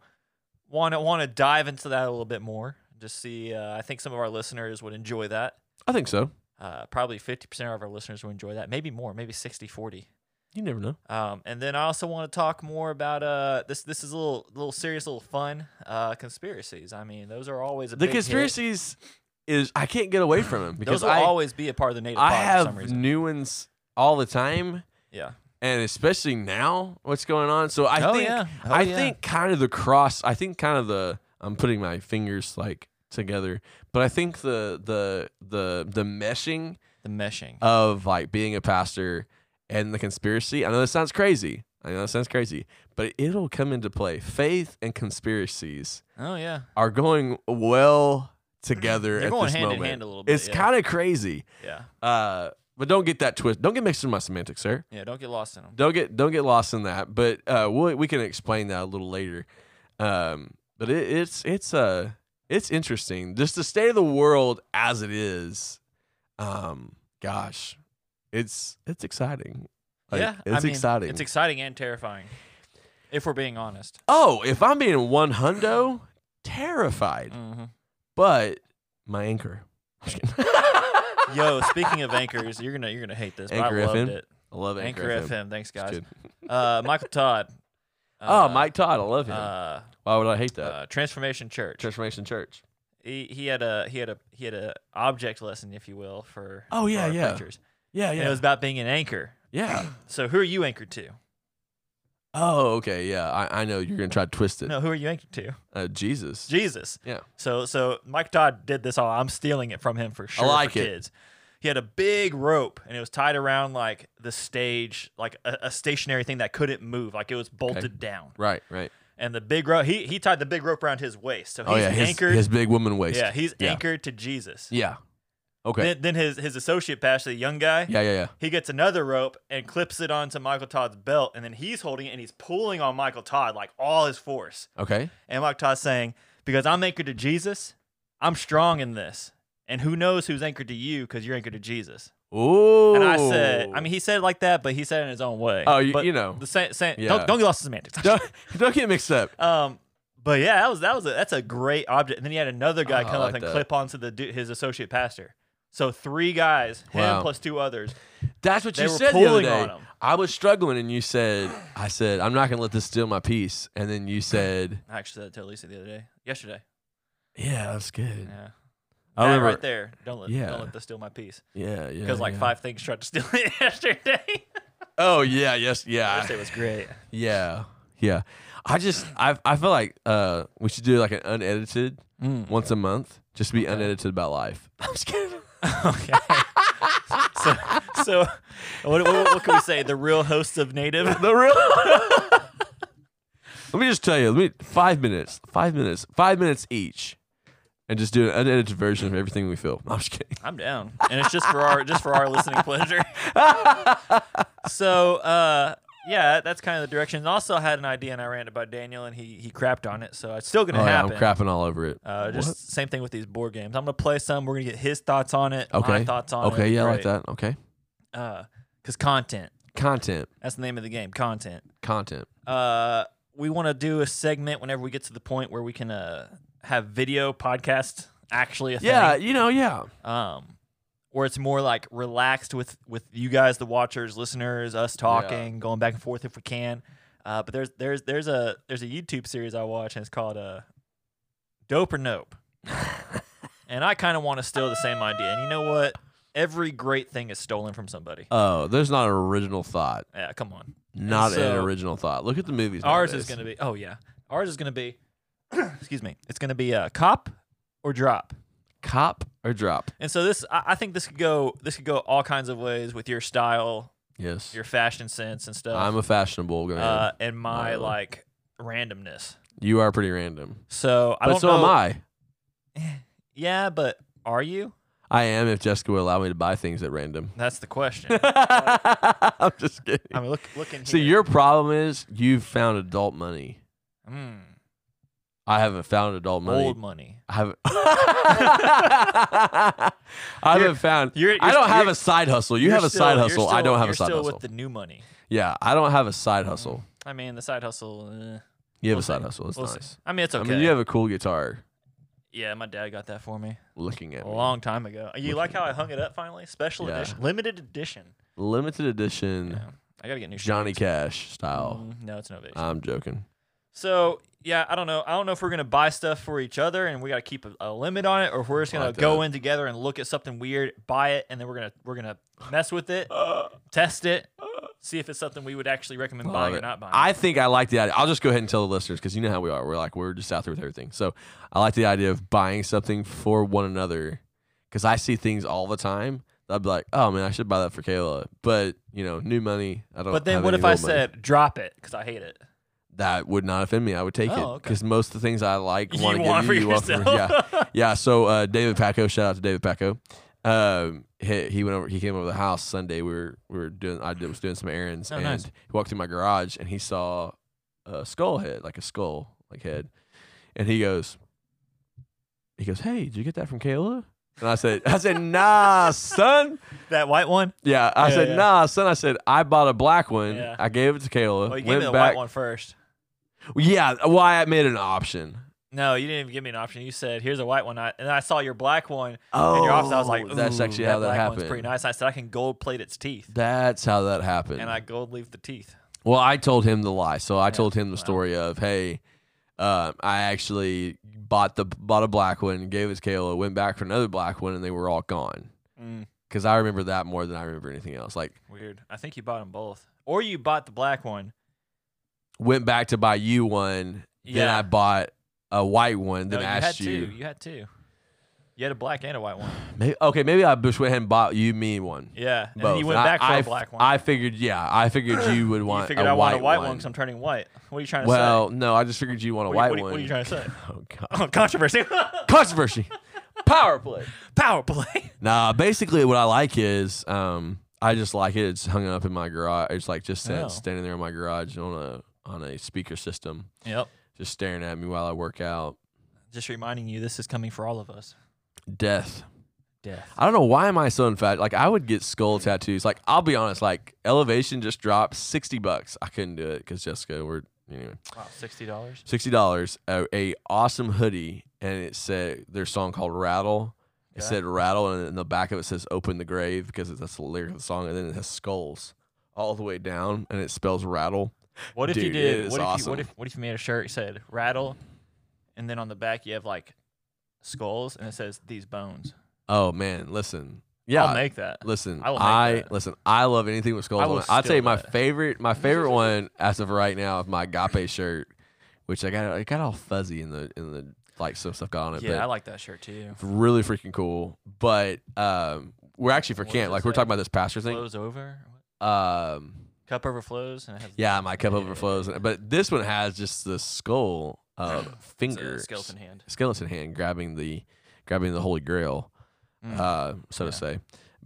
[SPEAKER 1] want to want to dive into that a little bit more. Just see, uh, I think some of our listeners would enjoy that.
[SPEAKER 2] I think so.
[SPEAKER 1] Uh, probably 50% of our listeners would enjoy that. Maybe more, maybe 60, 40.
[SPEAKER 2] You never know.
[SPEAKER 1] Um, and then I also want to talk more about uh this this is a little little serious, little fun uh conspiracies. I mean, those are always a
[SPEAKER 2] The
[SPEAKER 1] big hit.
[SPEAKER 2] conspiracies is I can't get away from them because
[SPEAKER 1] those will
[SPEAKER 2] I
[SPEAKER 1] always be a part of the native
[SPEAKER 2] I
[SPEAKER 1] pod for some
[SPEAKER 2] have
[SPEAKER 1] reason.
[SPEAKER 2] new ones all the time,
[SPEAKER 1] Yeah.
[SPEAKER 2] and especially now what's going on. So I
[SPEAKER 1] Oh,
[SPEAKER 2] think
[SPEAKER 1] yeah. Oh,
[SPEAKER 2] I
[SPEAKER 1] yeah.
[SPEAKER 2] think kind of the cross. I think kind of the I'm putting my fingers like together, but I think the the the the meshing
[SPEAKER 1] The meshing.
[SPEAKER 2] of like being a pastor and the conspiracy. I know that sounds crazy. I know that sounds crazy, but it'll come into play. Faith and conspiracies
[SPEAKER 1] oh yeah.
[SPEAKER 2] are going well together
[SPEAKER 1] They're
[SPEAKER 2] at
[SPEAKER 1] going
[SPEAKER 2] this
[SPEAKER 1] hand in
[SPEAKER 2] moment.
[SPEAKER 1] hand a little bit,
[SPEAKER 2] It's
[SPEAKER 1] yeah.
[SPEAKER 2] kind of crazy.
[SPEAKER 1] Yeah.
[SPEAKER 2] Uh, but don't get that twist. Don't get mixed in my semantics, sir.
[SPEAKER 1] Yeah, don't get lost in them.
[SPEAKER 2] Don't get don't get lost in that. But uh, we'll, we can explain that a little later. Um, but it, it's it's uh it's interesting. Just the state of the world as it is. Um, gosh, it's it's exciting. Like,
[SPEAKER 1] yeah. I
[SPEAKER 2] it's
[SPEAKER 1] mean,
[SPEAKER 2] exciting.
[SPEAKER 1] It's exciting and terrifying. If we're being honest.
[SPEAKER 2] oh, if I'm being one hundo, terrified.
[SPEAKER 1] Mm-hmm.
[SPEAKER 2] But my anchor, I'm just kidding.
[SPEAKER 1] Yo, speaking of anchors, you're gonna you're gonna hate this,
[SPEAKER 2] Anchor
[SPEAKER 1] but I loved
[SPEAKER 2] FM?
[SPEAKER 1] it.
[SPEAKER 2] I love anchor, FM.
[SPEAKER 1] Thanks
[SPEAKER 2] Just
[SPEAKER 1] guys.
[SPEAKER 2] kidding.
[SPEAKER 1] Uh, Michael Todd.
[SPEAKER 2] oh, Mike Todd, I love him.
[SPEAKER 1] Uh,
[SPEAKER 2] Why would I hate that?
[SPEAKER 1] uh, Transformation Church.
[SPEAKER 2] Transformation Church.
[SPEAKER 1] he he had a he had a he had a object lesson, if you will, for
[SPEAKER 2] Oh,
[SPEAKER 1] for
[SPEAKER 2] yeah,
[SPEAKER 1] our
[SPEAKER 2] yeah.
[SPEAKER 1] preachers.
[SPEAKER 2] Yeah,
[SPEAKER 1] And it was about being an anchor.
[SPEAKER 2] yeah.
[SPEAKER 1] So who are you anchored to?
[SPEAKER 2] Oh, okay, yeah. I, I know you're gonna try to twist it.
[SPEAKER 1] No, who are you anchored to?
[SPEAKER 2] Uh, Jesus.
[SPEAKER 1] Jesus.
[SPEAKER 2] Yeah.
[SPEAKER 1] So so Mike Todd did this all. I'm stealing it from him for sure.
[SPEAKER 2] like
[SPEAKER 1] for
[SPEAKER 2] it.
[SPEAKER 1] Kids. He had a big rope and it was tied around like the stage, like a, a stationary thing that couldn't move, like it was bolted down.
[SPEAKER 2] right, right.
[SPEAKER 1] And the big rope, he he tied the big rope around his waist, so he's
[SPEAKER 2] Oh yeah, his,
[SPEAKER 1] anchored.
[SPEAKER 2] his big woman waist.
[SPEAKER 1] yeah, he's
[SPEAKER 2] Yeah.
[SPEAKER 1] anchored to Jesus.
[SPEAKER 2] Yeah. Okay.
[SPEAKER 1] Then, then his his associate pastor, the young guy,
[SPEAKER 2] yeah, yeah, yeah.
[SPEAKER 1] He gets another rope and clips it onto Michael Todd's belt, and then he's holding it and he's pulling on Michael Todd like all his force.
[SPEAKER 2] Okay.
[SPEAKER 1] And Michael Todd's saying, "Because I'm anchored to Jesus, I'm strong in this, and who knows who's anchored to you because you're anchored to Jesus."
[SPEAKER 2] Ooh.
[SPEAKER 1] And I said, I mean, he said it like that, but he said it in his own way.
[SPEAKER 2] Oh, you-
[SPEAKER 1] But
[SPEAKER 2] you know.
[SPEAKER 1] the same. same
[SPEAKER 2] Yeah.
[SPEAKER 1] don't, don't get lost in semantics.
[SPEAKER 2] don't, don't get mixed up.
[SPEAKER 1] um, but yeah, that was that was a, that's a great object. And then he had another guy
[SPEAKER 2] Oh, I
[SPEAKER 1] come
[SPEAKER 2] like
[SPEAKER 1] up and
[SPEAKER 2] that.
[SPEAKER 1] clip onto the du- his associate pastor. So three guys, him
[SPEAKER 2] Wow.
[SPEAKER 1] plus two others,
[SPEAKER 2] That's what
[SPEAKER 1] They
[SPEAKER 2] you
[SPEAKER 1] were
[SPEAKER 2] said the other
[SPEAKER 1] pulling
[SPEAKER 2] day.
[SPEAKER 1] on 'em.
[SPEAKER 2] I was struggling, and you said, "I said I'm not gonna let this steal my peace." And then you said,
[SPEAKER 1] I actually said that to Elisa the other day, yesterday.
[SPEAKER 2] "Yeah, that's good."
[SPEAKER 1] Yeah,
[SPEAKER 2] I
[SPEAKER 1] that
[SPEAKER 2] remember.
[SPEAKER 1] right there. Don't let
[SPEAKER 2] Yeah.
[SPEAKER 1] don't let this steal my peace.
[SPEAKER 2] Yeah, yeah.
[SPEAKER 1] Because like
[SPEAKER 2] yeah.
[SPEAKER 1] five things tried to steal it yesterday.
[SPEAKER 2] Oh yeah, yes, yeah.
[SPEAKER 1] yesterday was great.
[SPEAKER 2] Yeah, yeah. I just I I feel like uh we should do like an unedited
[SPEAKER 1] Mm.
[SPEAKER 2] once a month, just be unedited about life. I'm just kidding.
[SPEAKER 1] Okay. so, so what, what, what can we say? The real hosts of Native.
[SPEAKER 2] The real. let me just tell you. Let me five minutes, five minutes, five minutes each, and just do an unedited version of everything we feel. I'm just kidding.
[SPEAKER 1] I'm down, and it's just for our just for our listening pleasure. so, uh, yeah, that's kind of the direction. And also, I had an idea and I ran it by Daniel, and he he crapped on it. So it's still gonna
[SPEAKER 2] Oh, yeah, I'm
[SPEAKER 1] happen.
[SPEAKER 2] crapping all over it.
[SPEAKER 1] Uh, just same thing with these board games. I'm gonna play some. We're gonna get his thoughts on it.
[SPEAKER 2] okay.
[SPEAKER 1] My thoughts on it.
[SPEAKER 2] okay, yeah, I like that. Okay.
[SPEAKER 1] that. Because content.
[SPEAKER 2] Content,
[SPEAKER 1] That's the name of the game. Content.
[SPEAKER 2] content.
[SPEAKER 1] Uh, we want to do a segment whenever we get to the point where we can uh have video podcast actually a thing.
[SPEAKER 2] Yeah, you know, yeah.
[SPEAKER 1] um where it's more like relaxed with with you guys the watchers listeners us talking going back and forth if we can uh but there's there's there's a there's a youtube series i watch and it's called uh dope or nope and i kind of want to steal the same idea and you know what every great thing is stolen from somebody
[SPEAKER 2] Oh, there's not an original thought.
[SPEAKER 1] yeah come on
[SPEAKER 2] Not an
[SPEAKER 1] so-
[SPEAKER 2] original thought. Look at the movies.
[SPEAKER 1] ours
[SPEAKER 2] nowadays.
[SPEAKER 1] is gonna be oh yeah ours is gonna be excuse me it's gonna be uh, cop or drop
[SPEAKER 2] cop or drop.
[SPEAKER 1] and so this I, I think this could go this could go all kinds of ways with your style
[SPEAKER 2] Yes.
[SPEAKER 1] your fashion sense and stuff,
[SPEAKER 2] I'm a fashionable guy.
[SPEAKER 1] uh, and my
[SPEAKER 2] Uh,
[SPEAKER 1] like randomness.
[SPEAKER 2] you are pretty random.
[SPEAKER 1] So I
[SPEAKER 2] But
[SPEAKER 1] don't
[SPEAKER 2] so
[SPEAKER 1] know.
[SPEAKER 2] am I.
[SPEAKER 1] Yeah, but are you?
[SPEAKER 2] I am if Jessica would allow me to buy things at random.
[SPEAKER 1] That's the question.
[SPEAKER 2] I'm just kidding.
[SPEAKER 1] I mean, look, look in here.
[SPEAKER 2] See, your problem is you've found adult money.
[SPEAKER 1] Mm,
[SPEAKER 2] I haven't found adult money.
[SPEAKER 1] old money.
[SPEAKER 2] I haven't. I haven't found.
[SPEAKER 1] you're-
[SPEAKER 2] I
[SPEAKER 1] you're-
[SPEAKER 2] don't have
[SPEAKER 1] you're-
[SPEAKER 2] a side hustle. You
[SPEAKER 1] You're
[SPEAKER 2] have a
[SPEAKER 1] still-
[SPEAKER 2] side
[SPEAKER 1] you're
[SPEAKER 2] hustle. I
[SPEAKER 1] still-
[SPEAKER 2] don't have
[SPEAKER 1] you're
[SPEAKER 2] a side
[SPEAKER 1] still
[SPEAKER 2] hustle.
[SPEAKER 1] with the new money.
[SPEAKER 2] yeah, I don't have a side hustle.
[SPEAKER 1] I mean, the side hustle. Uh,
[SPEAKER 2] You have
[SPEAKER 1] we'll
[SPEAKER 2] a side
[SPEAKER 1] see.
[SPEAKER 2] hustle. It's
[SPEAKER 1] we'll see.
[SPEAKER 2] nice.
[SPEAKER 1] I mean, it's okay.
[SPEAKER 2] I mean, you have a cool guitar.
[SPEAKER 1] yeah, my dad got that for me
[SPEAKER 2] Looking at
[SPEAKER 1] a
[SPEAKER 2] me.
[SPEAKER 1] long time ago. You like how I hung it up finally? Special
[SPEAKER 2] Yeah.
[SPEAKER 1] edition, limited edition.
[SPEAKER 2] limited edition
[SPEAKER 1] Yeah. I gotta get new.
[SPEAKER 2] Johnny
[SPEAKER 1] shades.
[SPEAKER 2] Cash style.
[SPEAKER 1] Mm, no, it's no vision.
[SPEAKER 2] I'm joking.
[SPEAKER 1] So yeah, I don't know. I don't know if we're gonna buy stuff for each other and we gotta keep a, a limit on it, or if we're just gonna
[SPEAKER 2] Like
[SPEAKER 1] go
[SPEAKER 2] that.
[SPEAKER 1] in together and look at something weird, buy it, and then we're gonna we're gonna mess with it,
[SPEAKER 2] Uh,
[SPEAKER 1] test it, see if it's something we would actually recommend buying or not buying.
[SPEAKER 2] I think I like the idea. I'll just go ahead and tell the listeners because you know how we are. We're like we're just out there with everything. So I like the idea of buying something for one another because I see things all the time. that I'd be like, oh man, I should buy that for Kayla, but you know, new money. I don't.
[SPEAKER 1] but then
[SPEAKER 2] have
[SPEAKER 1] what
[SPEAKER 2] any
[SPEAKER 1] if I
[SPEAKER 2] old money.
[SPEAKER 1] said drop it because I hate it?
[SPEAKER 2] that would not offend me? I would take
[SPEAKER 1] Oh,
[SPEAKER 2] it
[SPEAKER 1] okay.
[SPEAKER 2] because most of the things I like
[SPEAKER 1] You
[SPEAKER 2] wanna give
[SPEAKER 1] want for
[SPEAKER 2] you, you want
[SPEAKER 1] yourself.
[SPEAKER 2] yeah, yeah. So uh, David Paco, shout out to David Paco. Um, he, he went over. He came over to the house Sunday. We were we were doing. I did, was doing some errands,
[SPEAKER 1] Oh,
[SPEAKER 2] and
[SPEAKER 1] nice.
[SPEAKER 2] he walked through my garage, and he saw a skull head, like a skull like head, and he goes, he goes, hey, did you get that from Kayla? And I said, I said, nah, son.
[SPEAKER 1] That white one?
[SPEAKER 2] Yeah, I
[SPEAKER 1] Yeah,
[SPEAKER 2] said,
[SPEAKER 1] yeah.
[SPEAKER 2] nah, son. I said, I bought a black one.
[SPEAKER 1] Yeah.
[SPEAKER 2] I gave it to Kayla.
[SPEAKER 1] Well, you gave
[SPEAKER 2] went
[SPEAKER 1] me the
[SPEAKER 2] back.
[SPEAKER 1] white one first.
[SPEAKER 2] Yeah, why I made an option.
[SPEAKER 1] No, you didn't even give me an option. You said, "Here's a white one," I, and I saw your black one
[SPEAKER 2] Oh,
[SPEAKER 1] in your office. I was like,
[SPEAKER 2] that's
[SPEAKER 1] "Ooh,
[SPEAKER 2] actually how that
[SPEAKER 1] black
[SPEAKER 2] happened.
[SPEAKER 1] One's pretty nice." I said, "I can gold plate its teeth,"
[SPEAKER 2] That's how that happened.
[SPEAKER 1] and I gold leaf the teeth.
[SPEAKER 2] well, I told him the lie. So I told him the
[SPEAKER 1] wow.
[SPEAKER 2] story of, hey, um, I actually bought the bought a black one, gave it to Kayla, went back for another black one, and they were all gone.
[SPEAKER 1] Mm.
[SPEAKER 2] Because I remember that more than I remember anything else. Like
[SPEAKER 1] Weird. I think you bought them both, or you bought the black one.
[SPEAKER 2] went back to buy you one, then
[SPEAKER 1] Yeah.
[SPEAKER 2] I bought a white one,
[SPEAKER 1] no,
[SPEAKER 2] then
[SPEAKER 1] you had
[SPEAKER 2] asked
[SPEAKER 1] two. You had two. You had a black and a white one.
[SPEAKER 2] May- okay, maybe I just went ahead and bought you me one.
[SPEAKER 1] Yeah, and
[SPEAKER 2] Both.
[SPEAKER 1] then you went
[SPEAKER 2] I-
[SPEAKER 1] back for
[SPEAKER 2] I
[SPEAKER 1] a
[SPEAKER 2] f-
[SPEAKER 1] black one.
[SPEAKER 2] I figured, yeah, I figured you would want.
[SPEAKER 1] you figured
[SPEAKER 2] a
[SPEAKER 1] I
[SPEAKER 2] white
[SPEAKER 1] want a white one
[SPEAKER 2] one
[SPEAKER 1] because I'm turning white. What are you trying to
[SPEAKER 2] Well, no, I just figured you want a
[SPEAKER 1] say? What are
[SPEAKER 2] white
[SPEAKER 1] you- what, are you-
[SPEAKER 2] one.
[SPEAKER 1] What are you trying to say?
[SPEAKER 2] Oh god.
[SPEAKER 1] Oh, controversy.
[SPEAKER 2] Controversy. Power play.
[SPEAKER 1] Power play.
[SPEAKER 2] Nah, basically what I like is um I just like it. It's hung up in my garage. It's like just sat-
[SPEAKER 1] Oh.
[SPEAKER 2] standing there in my garage on a on a speaker system,
[SPEAKER 1] Yep.
[SPEAKER 2] just staring at me while I work out.
[SPEAKER 1] Just reminding you, this is coming for all of us.
[SPEAKER 2] Death.
[SPEAKER 1] Death.
[SPEAKER 2] I don't know why am I so infatuated. Like I would get skull tattoos. Like I'll be honest. Like elevation just dropped sixty bucks. I couldn't do it because Jessica. We're anyway.
[SPEAKER 1] Wow, sixty dollars.
[SPEAKER 2] sixty dollars, a, a awesome hoodie, and it said their song called Rattle, It
[SPEAKER 1] Yeah.
[SPEAKER 2] said rattle, and in the back of it says open the grave because that's the lyric of the song, and then it has skulls all the way down, and it spells rattle.
[SPEAKER 1] What if you
[SPEAKER 2] Dude, it
[SPEAKER 1] did?
[SPEAKER 2] is
[SPEAKER 1] What if, you,
[SPEAKER 2] awesome.
[SPEAKER 1] what if what if you made a shirt that said rattle, and then on the back you have like skulls, and it says these bones.
[SPEAKER 2] Oh man, listen, yeah,
[SPEAKER 1] I'll make that.
[SPEAKER 2] listen,
[SPEAKER 1] I
[SPEAKER 2] I,
[SPEAKER 1] will make that.
[SPEAKER 2] listen, I love anything with skulls
[SPEAKER 1] I
[SPEAKER 2] on
[SPEAKER 1] will
[SPEAKER 2] it. I tell you,
[SPEAKER 1] steal
[SPEAKER 2] my
[SPEAKER 1] that.
[SPEAKER 2] favorite, my favorite one as of right now is my agape shirt, which I got, it got all fuzzy in the in the like some stuff got on it.
[SPEAKER 1] yeah,
[SPEAKER 2] but
[SPEAKER 1] I like that shirt too.
[SPEAKER 2] really freaking cool. But um, we're actually for
[SPEAKER 1] What does
[SPEAKER 2] camp,
[SPEAKER 1] it
[SPEAKER 2] like we're
[SPEAKER 1] say?
[SPEAKER 2] talking about this pastor thing.
[SPEAKER 1] Flows over. What?
[SPEAKER 2] Um,
[SPEAKER 1] Cup overflows, and it has
[SPEAKER 2] yeah, my cup
[SPEAKER 1] Yeah, yeah,
[SPEAKER 2] overflows, but this one has just the skull of
[SPEAKER 1] it's a
[SPEAKER 2] fingers,
[SPEAKER 1] skeleton hand.
[SPEAKER 2] skeleton hand grabbing the grabbing the holy grail,
[SPEAKER 1] Mm.
[SPEAKER 2] uh, so
[SPEAKER 1] Yeah.
[SPEAKER 2] to say.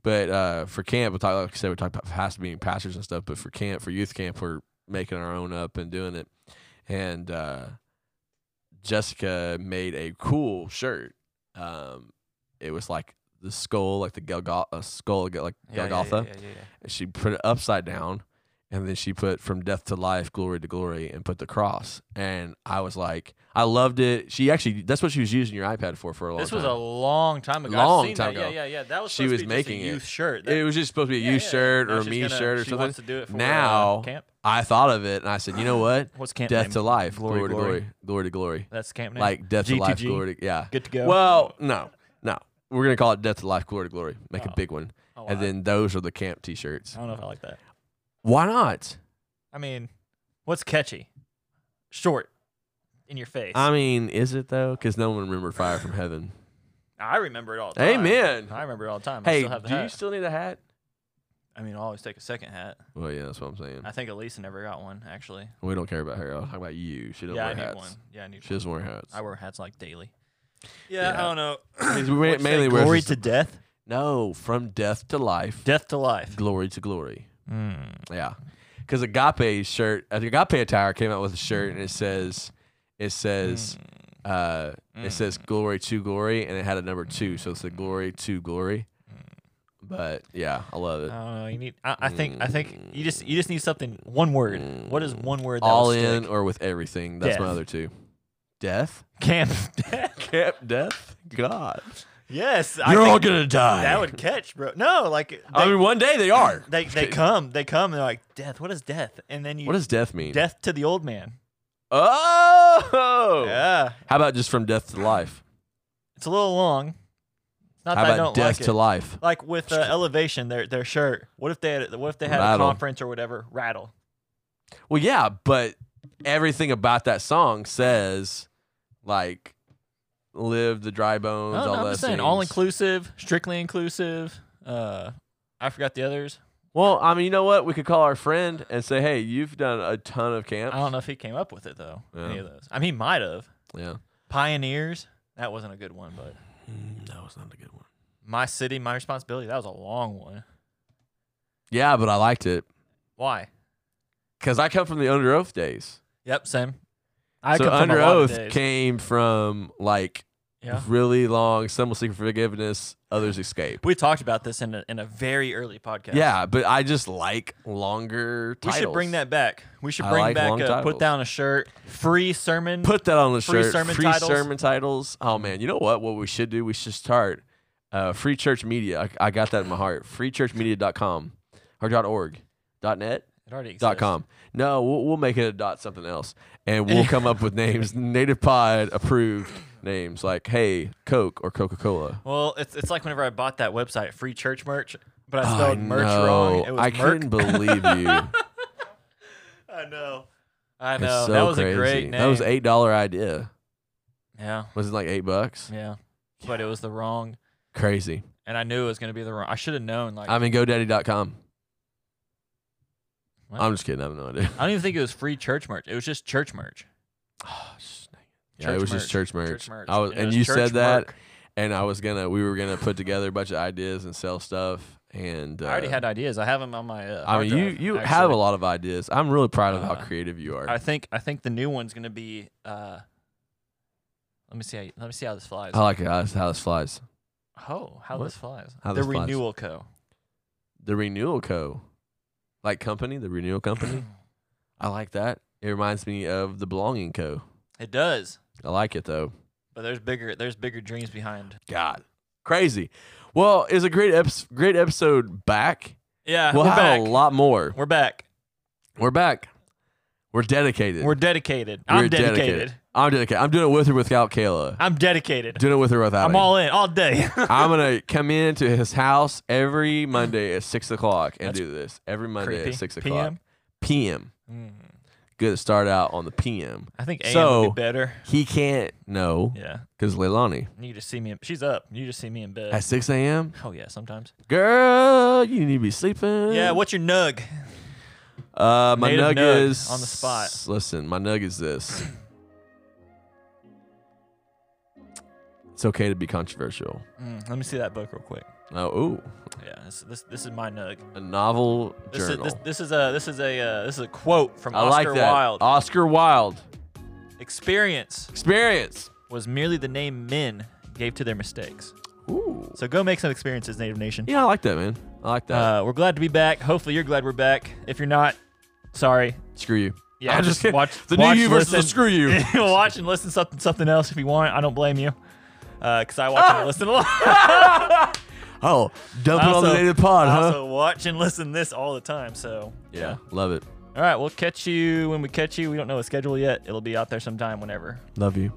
[SPEAKER 2] But uh, for camp, we talk, like I said, we talked about past being pastors and stuff. But for camp, for youth camp, we're making our own up and doing it. And uh, Jessica made a cool shirt. Um, it was like the skull, like the Golgotha skull, like
[SPEAKER 1] Yeah, yeah,
[SPEAKER 2] Golgotha.
[SPEAKER 1] Yeah, yeah, yeah, yeah.
[SPEAKER 2] And she put it upside down and then she put from death to life glory to glory and put the cross and i was like i loved it she actually that's what she was using your ipad for for a long
[SPEAKER 1] This
[SPEAKER 2] time
[SPEAKER 1] was a long time ago. I've
[SPEAKER 2] Long
[SPEAKER 1] seen
[SPEAKER 2] time
[SPEAKER 1] that.
[SPEAKER 2] ago.
[SPEAKER 1] Yeah, yeah, yeah. That was
[SPEAKER 2] She
[SPEAKER 1] supposed
[SPEAKER 2] was
[SPEAKER 1] to be just a
[SPEAKER 2] making it.
[SPEAKER 1] youth shirt. That-
[SPEAKER 2] it was just supposed to be a
[SPEAKER 1] yeah,
[SPEAKER 2] youth
[SPEAKER 1] yeah.
[SPEAKER 2] shirt
[SPEAKER 1] Now
[SPEAKER 2] or a
[SPEAKER 1] she's
[SPEAKER 2] me
[SPEAKER 1] gonna-
[SPEAKER 2] shirt or
[SPEAKER 1] she
[SPEAKER 2] something
[SPEAKER 1] Wants to do it for uh,
[SPEAKER 2] Now-
[SPEAKER 1] camp.
[SPEAKER 2] i thought of it and i said you know what
[SPEAKER 1] What's camp
[SPEAKER 2] death
[SPEAKER 1] name?
[SPEAKER 2] to life
[SPEAKER 1] Glory,
[SPEAKER 2] glory,
[SPEAKER 1] glory.
[SPEAKER 2] to glory glory to glory
[SPEAKER 1] That's camp name.
[SPEAKER 2] like death to life
[SPEAKER 1] GTG?
[SPEAKER 2] glory to yeah
[SPEAKER 1] good to go.
[SPEAKER 2] well no no we're gonna call it death to life glory to glory make
[SPEAKER 1] Oh.
[SPEAKER 2] a big one
[SPEAKER 1] Oh,
[SPEAKER 2] and
[SPEAKER 1] I- Oh.
[SPEAKER 2] then those are the camp t-shirts
[SPEAKER 1] I don't know if I like that.
[SPEAKER 2] why not
[SPEAKER 1] I mean, what's catchy? Short, in your face.
[SPEAKER 2] i mean is it though because no one remembered fire from heaven
[SPEAKER 1] I remember it all. the time.
[SPEAKER 2] Amen.
[SPEAKER 1] I remember it all the time. I
[SPEAKER 2] Hey,
[SPEAKER 1] still have the
[SPEAKER 2] do you
[SPEAKER 1] hat.
[SPEAKER 2] still need a hat?
[SPEAKER 1] I mean, I always take a second hat.
[SPEAKER 2] Well, yeah, that's what I'm saying.
[SPEAKER 1] I think Elisa never got one actually.
[SPEAKER 2] We don't care about her. I'm talking about you. She doesn't
[SPEAKER 1] Yeah, I
[SPEAKER 2] wear
[SPEAKER 1] need
[SPEAKER 2] hats.
[SPEAKER 1] one. Yeah, I need
[SPEAKER 2] She
[SPEAKER 1] one.
[SPEAKER 2] doesn't wear hats.
[SPEAKER 1] I wear hats like daily. Yeah,
[SPEAKER 2] Yeah.
[SPEAKER 1] I don't know.
[SPEAKER 2] Because we
[SPEAKER 1] What'd you say,
[SPEAKER 2] mainly wear
[SPEAKER 1] glory
[SPEAKER 2] just-
[SPEAKER 1] to death,
[SPEAKER 2] no from death to life,
[SPEAKER 1] death to life.
[SPEAKER 2] glory to glory.
[SPEAKER 1] Mm.
[SPEAKER 2] Yeah, because Agape's shirt, uh, Agape Attire came out with a shirt, and it says, it says, uh, it says glory to glory, and it had a number two, so it's the glory to glory. But yeah, I love
[SPEAKER 1] I
[SPEAKER 2] it.
[SPEAKER 1] don't know. You need. I, I think. I think you just. You just need something. One word. What is one word? That
[SPEAKER 2] All
[SPEAKER 1] will
[SPEAKER 2] in
[SPEAKER 1] stick?
[SPEAKER 2] or with everything. That's my
[SPEAKER 1] Death.
[SPEAKER 2] other two. Death.
[SPEAKER 1] Camp. death.
[SPEAKER 2] Camp death. God.
[SPEAKER 1] yes. I
[SPEAKER 2] You're all
[SPEAKER 1] think
[SPEAKER 2] gonna die.
[SPEAKER 1] That would catch, bro. No, like. They,
[SPEAKER 2] I mean, one day they are.
[SPEAKER 1] they they come. They come. And they're like death. What is death? And then you.
[SPEAKER 2] What does death mean?
[SPEAKER 1] death to the old man?
[SPEAKER 2] Oh.
[SPEAKER 1] Yeah.
[SPEAKER 2] How about just from death to life?
[SPEAKER 1] It's a little long. It's not
[SPEAKER 2] How
[SPEAKER 1] that I
[SPEAKER 2] about
[SPEAKER 1] don't
[SPEAKER 2] death
[SPEAKER 1] like
[SPEAKER 2] to
[SPEAKER 1] it.
[SPEAKER 2] life?
[SPEAKER 1] Like with uh, elevation, their their shirt. What if they had what if they had
[SPEAKER 2] Rattle.
[SPEAKER 1] a conference or whatever? Rattle.
[SPEAKER 2] Well, yeah, but everything about that song says, like, live the dry bones.
[SPEAKER 1] No, no,
[SPEAKER 2] all
[SPEAKER 1] I'm
[SPEAKER 2] that
[SPEAKER 1] just saying all
[SPEAKER 2] things.
[SPEAKER 1] inclusive, strictly inclusive. Uh, I forgot the others.
[SPEAKER 2] Well, I mean, you know what? We could call our friend and say, "Hey, you've done a ton of camps."
[SPEAKER 1] I don't know if he came up with it though. Any
[SPEAKER 2] Yeah.
[SPEAKER 1] of those? I mean, he might have.
[SPEAKER 2] Yeah.
[SPEAKER 1] Pioneers. That wasn't a good one, but Mm,
[SPEAKER 2] That was not a good one.
[SPEAKER 1] my city, my responsibility. That was a long one.
[SPEAKER 2] Yeah, but I liked it
[SPEAKER 1] Why?
[SPEAKER 2] because I come from the under oath days.
[SPEAKER 1] Yep, same. I
[SPEAKER 2] so
[SPEAKER 1] come from
[SPEAKER 2] under
[SPEAKER 1] a lot of
[SPEAKER 2] oath
[SPEAKER 1] days.
[SPEAKER 2] came from like
[SPEAKER 1] yeah.
[SPEAKER 2] really long. Some will seek forgiveness, others escape.
[SPEAKER 1] We talked about this in a, in a very early podcast.
[SPEAKER 2] Yeah, but I just like longer
[SPEAKER 1] We
[SPEAKER 2] titles.
[SPEAKER 1] should bring that back. We should
[SPEAKER 2] I
[SPEAKER 1] bring
[SPEAKER 2] like
[SPEAKER 1] back
[SPEAKER 2] long
[SPEAKER 1] a, put
[SPEAKER 2] titles.
[SPEAKER 1] down a shirt, free sermon.
[SPEAKER 2] Put that on the
[SPEAKER 1] Free
[SPEAKER 2] shirt.
[SPEAKER 1] sermon
[SPEAKER 2] free
[SPEAKER 1] titles. Mm-hmm.
[SPEAKER 2] sermon titles. Oh man, you know what? What we should do? We should start uh, free church media. I, I got that in my heart. Freechurchmedia.com or dot .org. Dot .net.
[SPEAKER 1] it already exists.
[SPEAKER 2] Dot .com. No, we'll, we'll make it a dot something else, and we'll come up with names. Native Pod approved names like Hey Coke or Coca Cola.
[SPEAKER 1] Well, it's it's like whenever I bought that website, free church merch, but I
[SPEAKER 2] I
[SPEAKER 1] spelled merch wrong.
[SPEAKER 2] know.
[SPEAKER 1] It was
[SPEAKER 2] I
[SPEAKER 1] merc.
[SPEAKER 2] couldn't believe you.
[SPEAKER 1] I know. I
[SPEAKER 2] It's
[SPEAKER 1] know.
[SPEAKER 2] so
[SPEAKER 1] that was
[SPEAKER 2] crazy.
[SPEAKER 1] a great name.
[SPEAKER 2] That was eight dollar idea.
[SPEAKER 1] Yeah.
[SPEAKER 2] Was it like eight bucks?
[SPEAKER 1] Yeah. But it was the wrong
[SPEAKER 2] Crazy.
[SPEAKER 1] and I knew it was gonna be the wrong I should have known like
[SPEAKER 2] I mean, GoDaddy.com.
[SPEAKER 1] What?
[SPEAKER 2] I'm just kidding. I have no idea.
[SPEAKER 1] I don't even think it was free church merch. It was just church merch.
[SPEAKER 2] Oh, snake.
[SPEAKER 1] Church
[SPEAKER 2] yeah, it was just
[SPEAKER 1] merch.
[SPEAKER 2] church merch.
[SPEAKER 1] Church merch.
[SPEAKER 2] I was,
[SPEAKER 1] It
[SPEAKER 2] and
[SPEAKER 1] was
[SPEAKER 2] you
[SPEAKER 1] church
[SPEAKER 2] said that,
[SPEAKER 1] merch.
[SPEAKER 2] and I was gonna. We were gonna put together a bunch of ideas and sell stuff. And uh,
[SPEAKER 1] I already had ideas. I have them on my uh,
[SPEAKER 2] I
[SPEAKER 1] hard
[SPEAKER 2] mean, you
[SPEAKER 1] drive,
[SPEAKER 2] you
[SPEAKER 1] actually.
[SPEAKER 2] have a lot of ideas. I'm really proud of how
[SPEAKER 1] Uh,
[SPEAKER 2] creative you are.
[SPEAKER 1] I think I think the new one's gonna be uh let me see how let me see how this flies.
[SPEAKER 2] I like it. That's how this flies.
[SPEAKER 1] Oh, how
[SPEAKER 2] What?
[SPEAKER 1] this flies.
[SPEAKER 2] How
[SPEAKER 1] the
[SPEAKER 2] this flies.
[SPEAKER 1] renewal co.
[SPEAKER 2] The Renewal Co. Like company, the Renewal Company. I like that. It reminds me of the Belonging Co.
[SPEAKER 1] It does.
[SPEAKER 2] I like it though.
[SPEAKER 1] But there's bigger there's bigger dreams behind
[SPEAKER 2] God, Crazy. Well, it's a great episode. Great episode back.
[SPEAKER 1] Yeah,
[SPEAKER 2] We'll
[SPEAKER 1] Uh, we're
[SPEAKER 2] have
[SPEAKER 1] back.
[SPEAKER 2] a lot more.
[SPEAKER 1] We're back.
[SPEAKER 2] We're back. We're dedicated.
[SPEAKER 1] We're dedicated.
[SPEAKER 2] We're
[SPEAKER 1] I'm dedicated.
[SPEAKER 2] I'm dedicated. I'm doing it with or without Kayla.
[SPEAKER 1] I'm dedicated.
[SPEAKER 2] doing it with or without.
[SPEAKER 1] I'm
[SPEAKER 2] him.
[SPEAKER 1] all in all day.
[SPEAKER 2] I'm gonna come into his house every Monday at six o'clock and do this every Monday
[SPEAKER 1] Creepy.
[SPEAKER 2] at six o'clock
[SPEAKER 1] PM.
[SPEAKER 2] p.m.
[SPEAKER 1] Mm.
[SPEAKER 2] Good to start out on the p.m.
[SPEAKER 1] I think AM would
[SPEAKER 2] So-
[SPEAKER 1] be better.
[SPEAKER 2] He can't know
[SPEAKER 1] Yeah,
[SPEAKER 2] because Leilani
[SPEAKER 1] you just see me. In, she's up. You just see me in bed.
[SPEAKER 2] at six a.m.
[SPEAKER 1] oh yeah, sometimes.
[SPEAKER 2] Girl, you need to be sleeping.
[SPEAKER 1] Yeah, what's your nug?
[SPEAKER 2] Uh, my
[SPEAKER 1] Native
[SPEAKER 2] nug
[SPEAKER 1] nug
[SPEAKER 2] is
[SPEAKER 1] on the spot.
[SPEAKER 2] Listen, my nug is this. it's okay to be controversial.
[SPEAKER 1] Mm, let me see that book real quick.
[SPEAKER 2] Oh, ooh,
[SPEAKER 1] Yeah, this this, this is my nug.
[SPEAKER 2] a novel
[SPEAKER 1] This
[SPEAKER 2] journal.
[SPEAKER 1] is this, this is a this is a uh, this is a quote from
[SPEAKER 2] I like
[SPEAKER 1] Oscar
[SPEAKER 2] that.
[SPEAKER 1] Wilde.
[SPEAKER 2] Oscar Wilde.
[SPEAKER 1] Experience
[SPEAKER 2] Experience.
[SPEAKER 1] was merely the name men gave to their mistakes.
[SPEAKER 2] Ooh.
[SPEAKER 1] So go make some experiences, Native Nation.
[SPEAKER 2] Yeah, I like that, man. I like that.
[SPEAKER 1] Uh, we're glad to be back. Hopefully, you're glad we're back. If you're not, sorry.
[SPEAKER 2] screw you.
[SPEAKER 1] Yeah,
[SPEAKER 2] I'm
[SPEAKER 1] just
[SPEAKER 2] kidding.
[SPEAKER 1] watch-
[SPEAKER 2] the
[SPEAKER 1] watch,
[SPEAKER 2] new you versus the
[SPEAKER 1] listen.
[SPEAKER 2] screw you.
[SPEAKER 1] watch and listen something something else if you want. I don't blame you, because I watch
[SPEAKER 2] Ah!
[SPEAKER 1] and listen a lot.
[SPEAKER 2] oh, dump it on the
[SPEAKER 1] Also-
[SPEAKER 2] native pod,
[SPEAKER 1] I
[SPEAKER 2] huh?
[SPEAKER 1] also watch and listen this all the time. So
[SPEAKER 2] yeah, love it.
[SPEAKER 1] all right, we'll catch you when we catch you. We don't know a schedule yet. It'll be out there sometime whenever.
[SPEAKER 2] Love you.